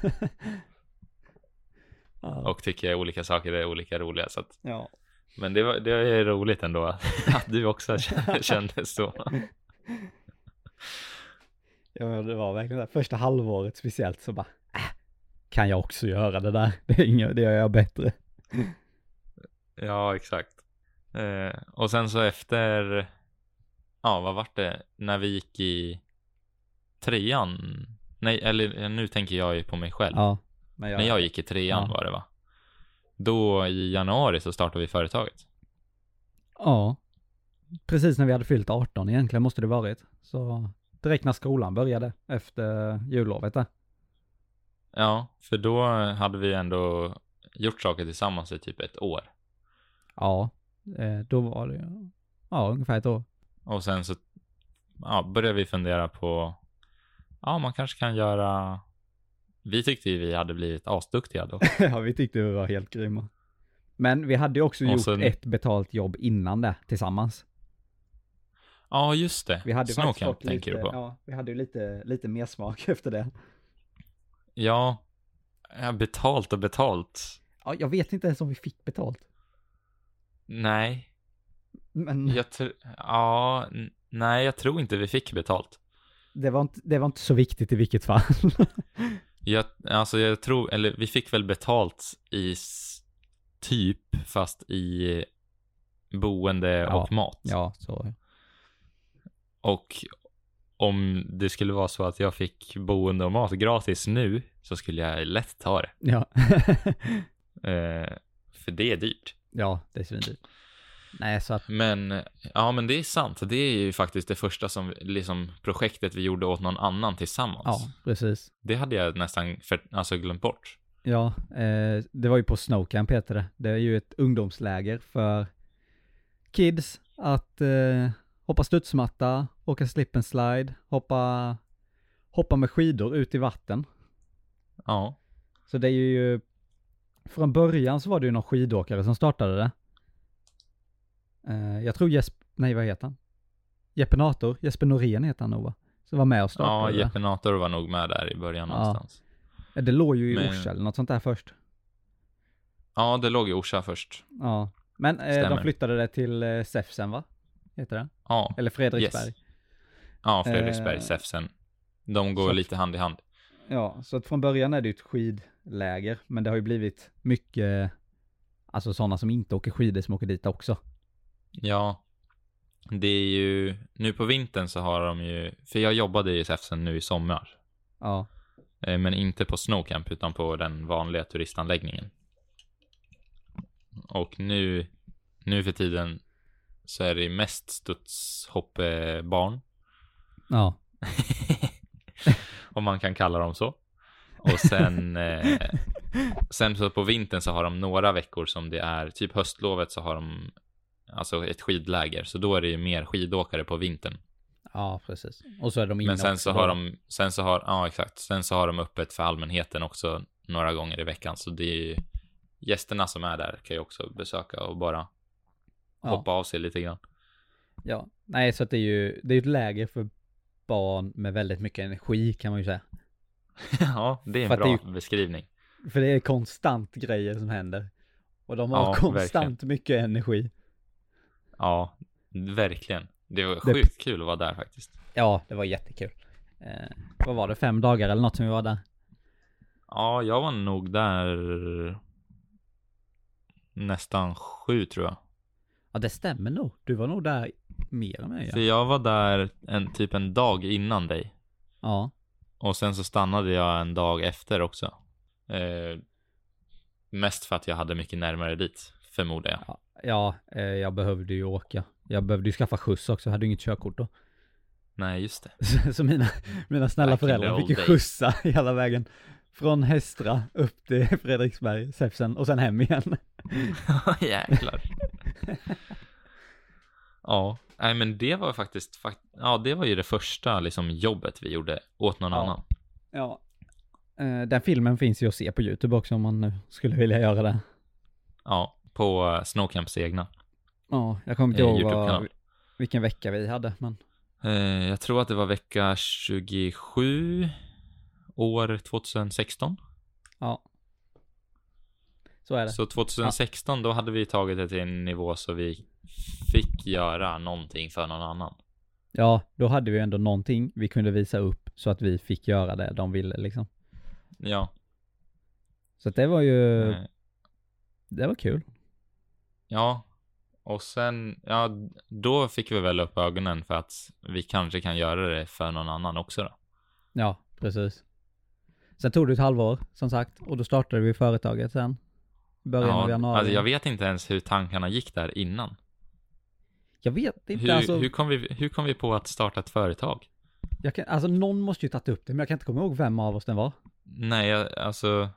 ja,
Och tycker olika saker är olika roliga. Så att,
ja.
men det, var, det är roligt ändå att du också kände så.
ja, men det var verkligen det här första halvåret speciellt så bara, äh, kan jag också göra det där? Det, är inga, det gör jag bättre.
Ja, exakt. Eh, och sen så efter, ja vad vart det, när vi gick i trean, nej eller eh, nu tänker jag ju på mig själv,
Ja, men jag,
när jag gick i trean
Ja.
var det va? Då i januari så startade vi företaget.
ja, precis när vi hade fyllt 18 egentligen måste det varit. Så direkt när skolan började efter jullovet där.
Ja, för då hade vi ändå gjort saker tillsammans i typ ett år.
Ja, eh, då var det ja, ungefär ett år.
Och sen så ja, började vi fundera på, ja man kanske kan göra, vi tyckte ju vi hade blivit asduktiga då.
ja, vi tyckte vi var helt grymma. Men vi hade ju också
Och
gjort
sen-
ett betalt jobb innan det tillsammans.
Ja just det,
Vi hade ju faktiskt
Snowcamp
fått
tänker du
lite,
på. Ja.
ja, vi hade ju lite, lite mer smak efter det.
ja, betalt och betalt.
Ja, jag vet inte ens om vi fick betalt.
Nej,
Men
Jag tr- ja, n- nej, jag tror inte vi fick betalt.
det, var inte, det var inte så viktigt i vilket fall.
Jag, alltså jag tror, eller vi fick väl betalt i s- typ, fast i boende
Ja,
och mat.
ja, så.
Och om det skulle vara så att jag fick boende och mat gratis nu så skulle jag lätt ta det.
Ja.
Eh, för det är dyrt.
ja, det är svindyrt. Nej, så att,
Men ja, men det är sant. Det är ju faktiskt det första som liksom projektet vi gjorde åt någon annan tillsammans.
ja, precis.
Det hade jag nästan för, alltså glömt bort.
Ja, eh, det var ju på Snowcamp heter det. Det är ju ett ungdomsläger för kids att eh, hoppa studsmatta, åka slip and slide, hoppa, hoppa med skidor ut i vatten.
Ja,
Så det är ju, från början så var det ju någon skidåkare som startade det. Eh, jag tror Jesper, nej vad heter han? Jeppe Nator, Jesper Norén heter han nog va? Som var med och
ja
startade det.
Jeppe Nator var nog med där i början
Ja.
någonstans.
Eh, Det låg ju i
Men-
Orsa eller något sånt där först.
Ja, det låg i Orsa först.
Ja. Men eh, de
Stämmer.
flyttade det till eh, Säfsen va? Heter det?
Ja,
Eller Fredriksberg.
Yes. ja Fredriksberg,
Eh,
Säfsen. De går
så att-
lite hand i hand.
Ja, så att från början är det ju ett skidläger, men det har ju blivit mycket, alltså sådana som inte åker skidor som åker dit också.
Ja, det är ju, nu på vintern så har de ju, för jag jobbade i Säfsen nu i sommar.
Ja,
Eh, Men inte på Snowcamp utan på den vanliga turistanläggningen. Och nu, nu för tiden så är det mest studshoppebarn.
ja,
om man kan kalla dem så. Och sen, eh, sen så på vintern så har de några veckor som det är, typ höstlovet så har de alltså ett skidläger, så då är det ju mer skidåkare på vintern.
ja precis. Och så är de inne
Men sen
också
så har
då.
de, sen så har, ja exakt, sen så har de öppet för allmänheten också några gånger i veckan, så det är ju gästerna som är där kan ju också besöka och bara
Ja.
hoppa av sig lite grann.
Ja, nej så att det är ju, det är ju ett läger för barn med väldigt mycket energi kan man ju säga.
ja, det är en
För att det
bra
är
beskrivning.
För det är konstant grejer som händer. Och de har
Ja,
konstant
verkligen.
mycket energi.
Ja, verkligen. Det var
Det-
sjukt kul att vara där faktiskt.
Ja, det var jättekul. Eh, vad var det, fem dagar eller något som vi var där?
Ja, jag var nog där nästan sju tror jag.
Ja, det stämmer nog. Du var nog där mer än mig.
För
Ja.
jag var där en, typ en dag innan dig.
ja.
Och sen så stannade jag en dag efter också. Eh, mest för att jag hade mycket närmare dit, förmodar jag.
Ja, eh, jag behövde ju åka. Jag behövde ju skaffa skjuts också, jag hade ju inget körkort då.
Nej, just det.
Så, så mina, mina snälla
Back in the
föräldrar fick ju
old days.
skjutsa hela vägen. Från Hästra upp till Fredriksberg, Säfsen och sen hem igen.
Jäklar. ja, nej men det var faktiskt, fakt- ja det var ju det första liksom jobbet vi gjorde åt någon
Ja.
annan.
Ja. Eh, Den filmen finns ju att se på YouTube också om man nu skulle vilja göra det.
Ja, på Snowcamps egna
Ja, jag kommer
eh,
inte ihåg
YouTube-kanal.
vad, vilken vecka vi hade, men
Eh, jag tror att det var vecka 27, år 2016.
ja. Så är det.
Så 2016, då hade vi tagit det till en nivå så vi fick göra någonting för någon annan.
Ja, då hade vi ändå någonting vi kunde visa upp så att vi fick göra det de ville liksom.
Ja,
Så att det var ju,
eh,
det var kul.
ja. Och sen, ja, då fick vi väl upp ögonen för att vi kanske kan göra det för någon annan också då.
Ja, precis. Sen tog det ett halvår, som sagt, och då startade vi företaget sen. I Början av
Ja,
januari.
alltså jag vet inte ens hur tankarna gick där innan.
Jag vet inte,
Hur,
alltså,
hur, kom vi, hur kom vi på att starta ett företag?
Jag kan, alltså någon måste ju tagit upp det, men jag kan inte komma ihåg vem av oss den var.
Nej, jag, alltså.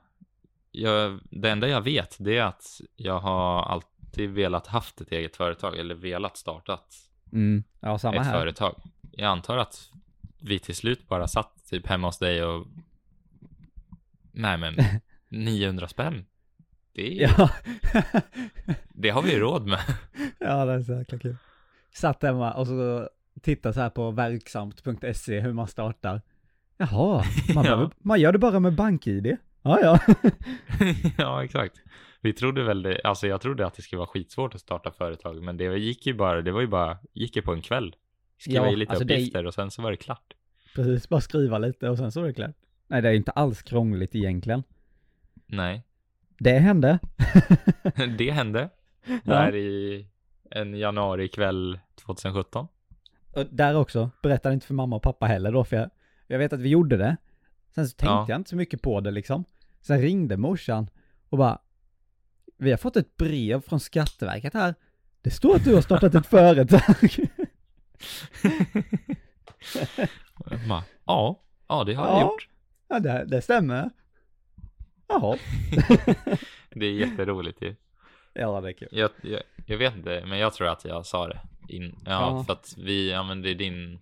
Jag, det enda jag vet det är att jag har allt, alltid velat haft ett eget företag eller velat startat
Mm. Ja, samma
ett
här.
företag. Jag antar att vi till slut bara satt typ hemma hos dig och nej men 900 spänn. Det,
Ja.
det har vi råd med.
ja, det är så jäkla kul. Satt hemma och så tittade så här på verksamt.se E hur man startar. Jaha, man,
Ja.
behöver- man gör det bara med bank-id. Ja, ja.
ja, exakt. Vi trodde väl det, alltså jag trodde att det skulle vara skitsvårt att starta företag, men det gick ju bara, det var ju bara, gick ju på en kväll. Skriva
Ja,
i lite
alltså det-
uppgifter och sen så var det klart.
Precis, bara skriva lite och sen så är det klart. Nej, det är ju inte alls krångligt egentligen.
Nej,
Det hände.
det hände. Där i en januarikväll 2017.
Och där också, berättade inte för mamma och pappa heller då, för jag, jag vet att vi gjorde det. Sen så tänkte
Ja.
jag inte så mycket på det liksom. Sen ringde morsan och bara, vi har fått ett brev från Skatteverket här. Det står att du har startat ett företag.
Och jag bara, Ja, ja det har
Ja.
jag gjort.
ja, det, det stämmer. Jaha.
Det är jätteroligt ju.
Ja, det är kul.
Jag, jag, jag vet inte, men jag tror att jag sa det. In, ja,
Ja.
för att vi använde din...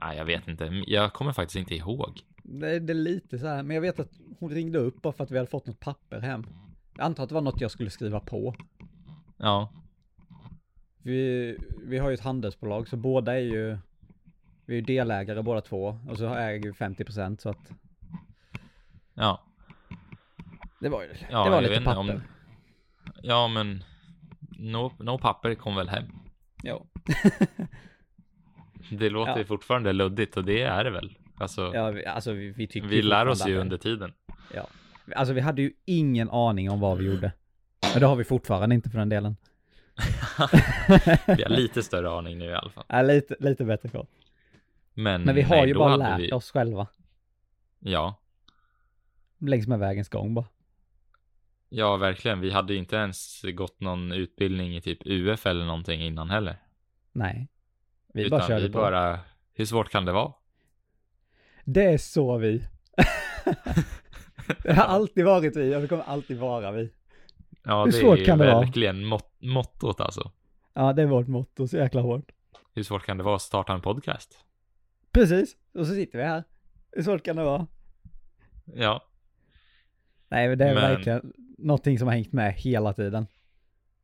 Nej, jag vet inte. Jag kommer faktiskt inte ihåg.
Det, det är lite så här, men jag vet att hon ringde upp bara för att vi hade fått något papper hem. Jag antar att det var något jag skulle skriva på.
Ja,
Vi, vi har ju ett handelsbolag, så båda är ju... Vi är ju delägare båda två, och så äger vi 50% så att...
ja.
Det var ju
Ja,
det var
jag
lite
vet inte
papper.
om- Ja, men no, no papper kom väl hem.
Jo.
Det låter
Ja.
ju fortfarande luddigt och det är det väl. Alltså,
Ja, vi, alltså vi, vi tycker
vi lär oss ju
fortfarande
under tiden.
att- Alltså vi hade ju ingen aning om vad vi gjorde. Men det har vi fortfarande inte för den delen.
Vi har lite större aning nu i alla fall.
Ja, lite, lite bättre koll.
Men,
Men vi har
Mm, nej,
ju
då
bara
hade
lärt
vi-
oss själva.
Ja,
Längs med vägens gång bara.
ja, verkligen. Vi hade ju inte ens gått någon utbildning i typ UF eller någonting innan heller.
Nej. Vi
Utan
bara körde
vi
på.
bara, hur svårt kan det vara?
Det är så vi. det har alltid varit vi och det kommer alltid vara vi.
Ja,
Hur
det
svårt
är
kan det vara?
verkligen mot mottot alltså.
Ja, det är vårt motto så jäkla hårt.
Hur svårt kan det vara att starta en podcast?
Precis, och så sitter vi här. Hur svårt kan det vara?
Ja,
Nej, men det är
Men-
verkligen någonting som har hängt med hela tiden.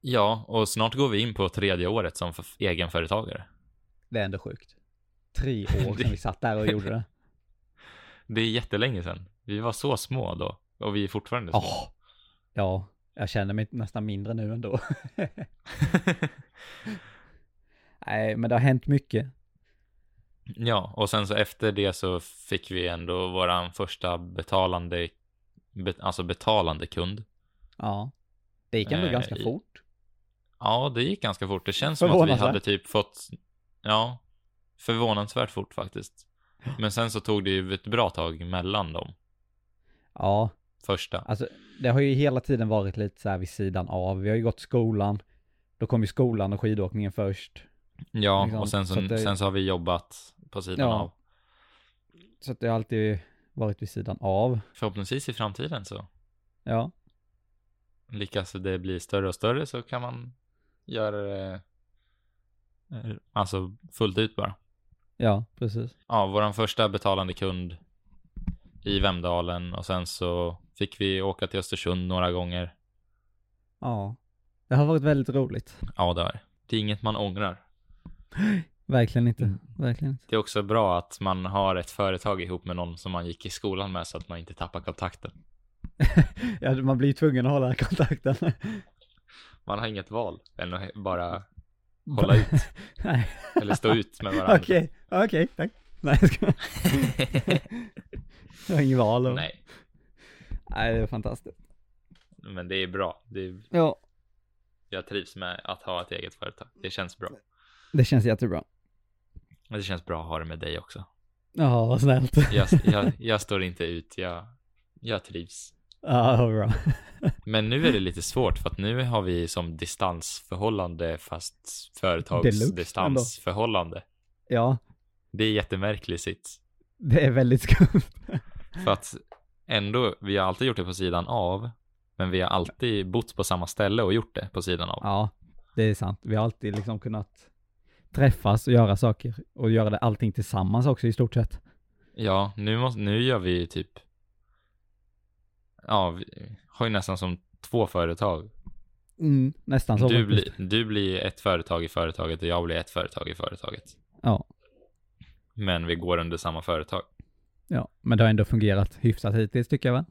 ja, och snart går vi in på tredje året som f- egenföretagare.
Det är ändå sjukt. Tre år sedan vi satt där och gjorde det.
Det är jättelänge sedan. Vi var så små då och vi är fortfarande små.
Oh, ja, jag känner mig nästan mindre nu ändå. Nej, men det har hänt mycket.
ja, och sen så efter det så fick vi ändå våran första betalande, be, alltså betalande kund.
Ja. Det gick ändå
Eh,
ganska
i-
fort.
Ja, det gick ganska fort. Det känns som att vi
Förvånansvärt.
hade typ fått, ja, förvånansvärt fort faktiskt. Men sen så tog det ju ett bra tag mellan dem
Ja,
första.
Alltså, det har ju hela tiden varit lite så här vid sidan av. Vi har ju gått skolan, då kom ju skolan och skidåkningen först.
Ja,
liksom,
och sen så,
så att det-
sen så har vi jobbat på sidan
Ja.
av.
Så att det har alltid varit vid sidan av.
Förhoppningsvis i framtiden så
Ja,
lyckas det bli större och större så kan man göra det eh, alltså fullt ut bara.
ja, precis.
Ja, vår första betalande kund i Vemdalen och sen så fick vi åka till Östersund några gånger.
Ja. Det har varit väldigt roligt.
Ja, det var det. Det är inget man ångrar.
Verkligen inte.
Mm.
Verkligen inte.
Det är också bra att man har ett företag ihop med någon som man gick i skolan med så att man inte tappar kontakten.
Ja, man blir ju tvungen att hålla kontakten.
Man har inget val än att he- bara hålla ut
Nej,
eller stå ut med varandra.
okej. Okej, tack. Nej, jag skojar. Jag har ingen val. Och... Nej.
Nej,
Nej, det är fantastiskt.
men det är bra. Det är,
Ja,
jag trivs med att ha ett eget företag. Det känns bra.
det känns jättebra.
Men det känns bra att ha det med dig också.
Ja, vad snällt.
Jag, jag, jag står inte ut. Jag, jag trivs.
Ja, vad bra.
Men nu är det lite svårt för att nu har vi som distansförhållande fast
Deluxe
företags
ändå.
distansförhållande.
Ja,
Det är jättemärklig sits.
det är väldigt skumt.
För att ändå, vi har alltid gjort det på sidan av. Men vi har alltid bott på samma ställe och gjort det på sidan av.
Ja, det är sant. Vi har alltid liksom kunnat träffas och göra saker och göra det allting tillsammans också i stort sett.
Ja, nu, måste, nu gör vi ju typ... Ja, vi har ju nästan som två företag.
Mm, nästan så.
Du,
faktiskt.
blir du blir ett företag i företaget och jag blir ett företag i företaget.
Ja.
Men vi går under samma företag.
Ja, men det har ändå fungerat hyfsat hittills tycker jag va?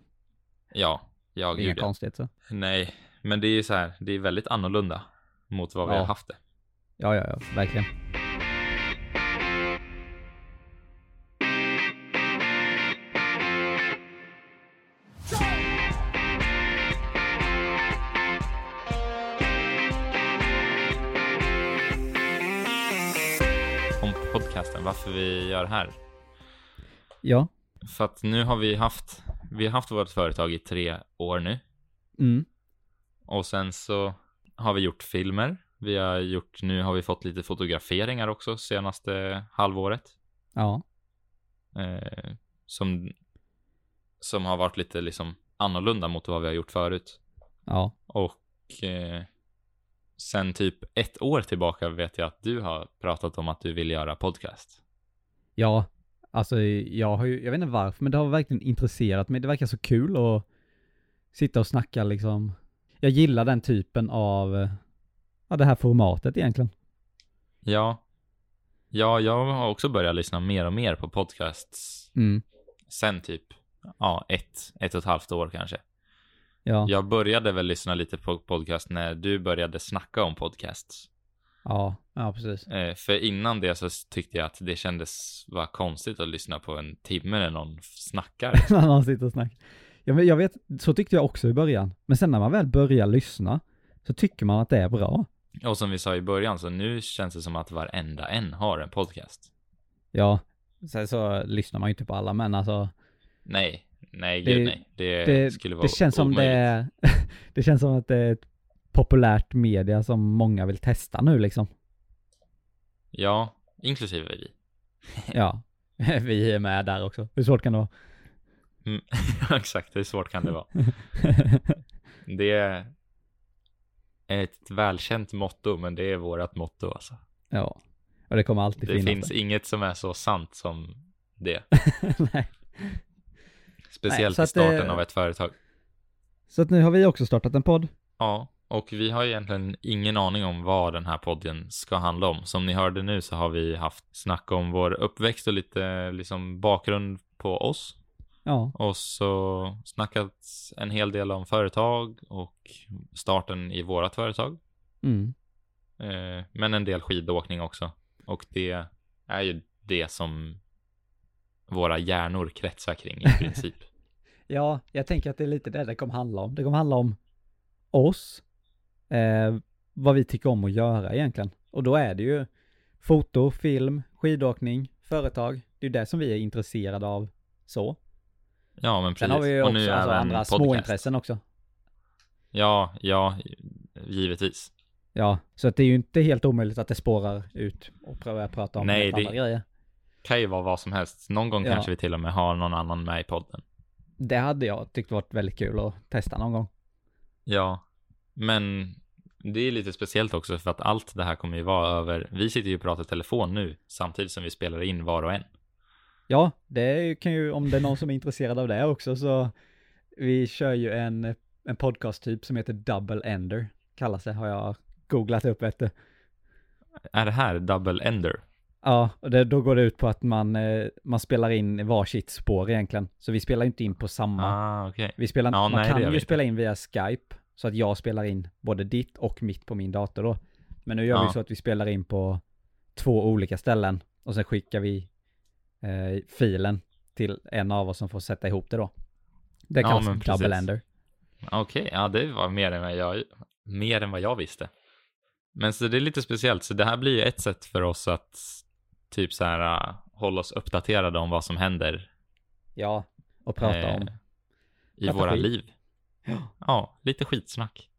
Ja, jag
Inga
gjorde.
konstigheter så.
Nej, men det är ju så här, det är väldigt annorlunda mot vad vi
Ja.
har haft det.
Ja, ja, ja, verkligen.
Om podcasten, varför vi gör det här.
Ja,
För att nu har vi haft, vi har haft vårt företag i tre år nu.
mm,
Och sen så har vi gjort filmer. Vi har gjort, nu har vi fått lite fotograferingar också senaste halvåret.
ja,
Eh, som, som har varit lite liksom annorlunda mot vad vi har gjort förut.
ja,
Och eh, sen typ ett år tillbaka vet jag att du har pratat om att du vill göra podcast.
ja. Alltså jag har ju, jag vet inte varför, men det har verkligen intresserat mig. Det verkar så kul att sitta och snacka liksom. Jag gillar den typen av, eh, ja det här formatet egentligen.
Ja. Ja, jag har också börjat lyssna mer och mer på podcasts
Mm,
sen typ ja, ett, ett och ett halvt år kanske.
ja, ja,
Jag började väl lyssna lite på podcast när du började snacka om podcasts.
ja, precis.
Eh, för innan det så tyckte jag att det kändes var konstigt att lyssna på en timme när någon snackar.
när man sitter och snackar. Ja, men jag vet, så tyckte jag också i början. Men sen när man väl börjar lyssna så tycker man att det är bra.
Och som vi sa i början, så nu känns det som att varenda en har en podcast.
Ja, sen så lyssnar man ju inte på alla, men alltså
Nej, nej,
Det-
gud nej. Det,
det,
skulle vara
det känns som det,
omöjligt.
är- det känns som att det är ett populärt media som många vill testa nu liksom.
Ja, inklusive vi.
Ja, vi är med där också. Hur svårt kan det vara?
Exakt, hur svårt kan det vara? Det är ett välkänt motto, men det är vårt motto alltså.
ja, och det kommer alltid
Det
finnas.
finns inget som är så sant som det.
Nej.
Speciellt
så
i
att,
starten
eh,
av ett företag.
Så att nu har vi också startat en podd.
Ja, och vi har egentligen ingen aning om vad den här podden ska handla om. Som ni hörde nu så har vi haft snack om vår uppväxt och lite liksom bakgrund på oss.
Ja,
Och så snackat en hel del om företag och starten i vårat företag.
mm.
Eh, men en del skidåkning också. Och det är ju det som våra hjärnor kretsar kring i princip.
ja, jag tänker att det är lite det det kommer handla om. Det kommer handla om oss, eh, vad vi tycker om att göra egentligen. Och då är det ju foto, film, skidåkning, företag. Det är ju det som vi är intresserade av så.
ja, men precis.
Sen har vi ju
Och
också
nu
alltså,
även
andra
podcast.
småintressen också.
Ja, ja, givetvis.
Ja, så att det är ju inte helt omöjligt att det spårar ut och prövar att prata om
Nej,
helt
det-
andra grejer.
Kan ju vara vad som helst. Någon gång
Ja.
kanske vi till och med har någon annan med i podden.
Det hade jag tyckt varit väldigt kul att testa någon gång.
Ja, men det är lite speciellt också för att allt det här kommer ju vara över. Vi sitter ju och pratar telefon nu samtidigt som vi spelar in var och en.
Ja, det är ju- kan ju, om det är någon som är intresserad av det också, så vi kör ju en, en podcast-typ som heter Double Ender, kallas det, har jag googlat upp efter.
Är det här double ender?
Ja, och det, då går det ut på att man, eh, man spelar in varsitt spår egentligen. Så vi spelar ju inte in på samma.
Ah, okej.
Vi spelar,
Ja,
man
nej, det
kan
gör
ju
vi
spela in via Skype, så att jag spelar in både ditt och mitt på min dator då. Men nu gör
Ja.
vi så att vi spelar in på två olika ställen och sen skickar vi eh, filen till en av oss som får sätta ihop det då. Det
Ja,
kallas
men precis.
double ender.
Okej, ja det var mer än, vad jag, mer än vad jag visste. Men så det är lite speciellt, så det här blir ju ett sätt för oss att typ så här äh, hålla oss uppdaterade om vad som händer
Ja, och prata
eh,
om.
i
prata
våra
skit.
liv. Ja, lite skitsnack.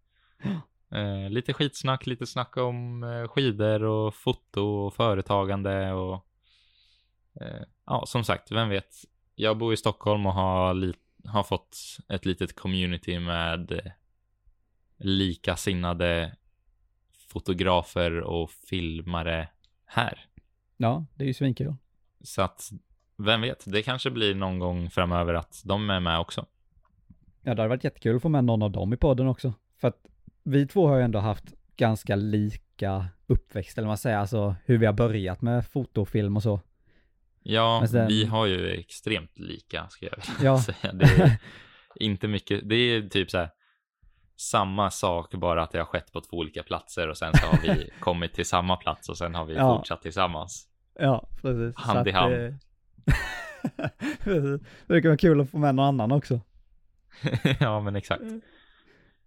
Eh, lite skitsnack, lite snack om eh, skidor och foto och företagande och eh, ja, som sagt, vem vet. Jag bor i Stockholm och har li- har fått ett litet community med eh, likasinnade fotografer och filmare här.
Ja, det är ju svinkul.
Så att, vem vet, det kanske blir någon gång framöver att de är med också.
Ja, det hade varit jättekul att få med någon av dem i podden också. För att vi två har ju ändå haft ganska lika uppväxt, eller vad man säger, alltså hur vi har börjat med fotofilm och så.
Ja,
Men sen-
vi har ju extremt lika, ska jag vilja
Ja.
säga. Det är inte mycket, det är typ så här samma sak, bara att det har skett på två olika platser och sen så har vi kommit till samma plats och sen har vi
Ja.
fortsatt tillsammans.
Ja, precis.
Hand
Så
i
att,
hand.
eh, precis. Det kan vara kul att få med någon annan också.
ja, men exakt.
Mm.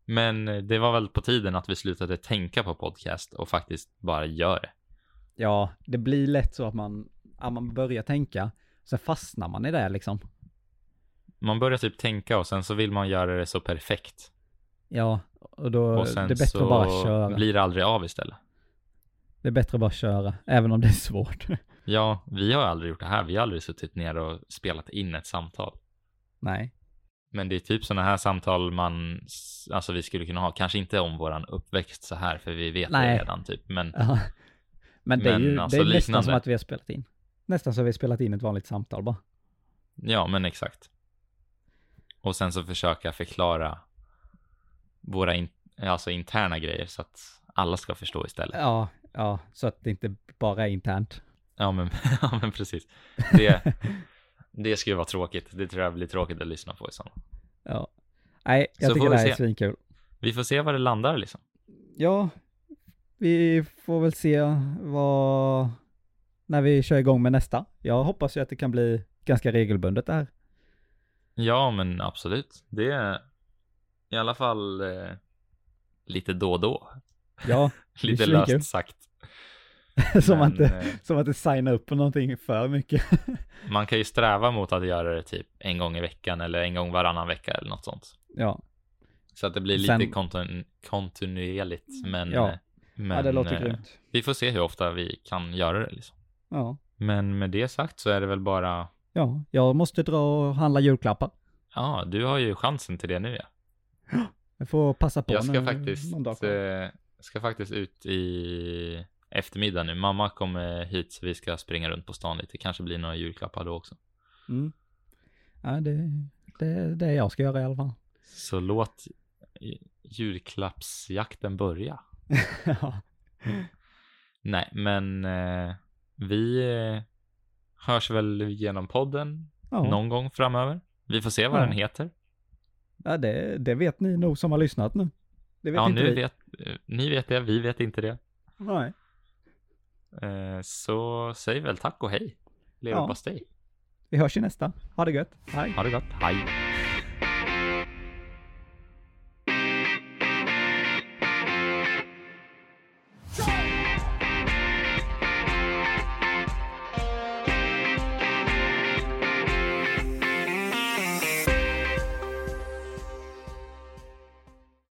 Men eh, det var väl på tiden att vi slutade tänka på podcast och faktiskt bara gör det.
Ja, det blir lätt så att man, att man börjar tänka, sen fastnar man i det liksom.
Man börjar typ tänka och sen så vill man göra det så perfekt.
Ja, och då
Och sen
det är bättre
så
att bara köra.
blir det aldrig av istället.
Det är bättre att bara köra, även om det är svårt.
Ja, vi har aldrig gjort det här. Vi har aldrig suttit ner och spelat in ett samtal.
Nej.
Men det är typ sådana här samtal man, alltså vi skulle kunna ha, kanske inte om våran uppväxt så här, för vi vet
Nej.
det redan typ, men
Ja. Men det är
Men
ju
alltså
det är nästan
liknande.
som att vi har spelat in. Nästan som att vi har spelat in ett vanligt samtal bara.
ja, men exakt. Och sen så försöka förklara våra in, alltså interna grejer så att alla ska förstå istället.
Ja, ja, så att det inte bara är internt.
Ja, men, ja, men precis. Det, det ska ju vara tråkigt. Det tror jag blir tråkigt att lyssna på i sommar.
Ja. Nej, jag
Så
tycker
får
det
vi
här är
se.
svinkul.
Vi får se var det landar liksom.
Ja, vi får väl se vad... När vi kör igång med nästa. Jag hoppas ju att det kan bli ganska regelbundet det här.
Ja, men absolut. Det är i alla fall eh, lite då och då.
Ja, är
Lite
svinkul.
löst sagt.
som,
Men,
att, det-
eh,
som att det signar upp på någonting för mycket.
Man kan ju sträva mot att göra det typ en gång i veckan eller en gång varannan vecka eller något sånt.
ja,
Så att det blir lite
Sen-
kontinu- kontinuerligt. Men, eh,
Ja.
men
ja, det låter
eh,
grymt.
vi får se hur ofta vi kan göra det. Liksom.
Ja.
Men med det sagt så är det väl bara,
ja, jag måste dra och handla julklappar.
ja, du har ju chansen till det nu. Ja.
Jag får passa på
Jag ska
nu
faktiskt,
någon dag.
eh, ska faktiskt ut i eftermiddag nu. Mamma kommer hit så vi ska springa runt på stan lite. Kanske blir några julklappar då också.
Mm. Ja, det, det, det är jag ska göra i alla fall.
Så låt eh, julklappsjakten börja.
ja.
Nej, men eh, vi eh, hörs väl genom podden
Ja.
någon gång framöver. Vi får se vad
Ja.
den heter.
Ja, det, det vet ni nog som har lyssnat nu. Det vet
Ja,
inte
nu
vi.
vet, eh, ni vet det, vi vet inte det.
Nej.
Eh, så säg väl tack och hej.
Ja.
Leverpastej.
Vi hörs ju nästa. Ha det gött. Hej.
Ha det gott. Hej.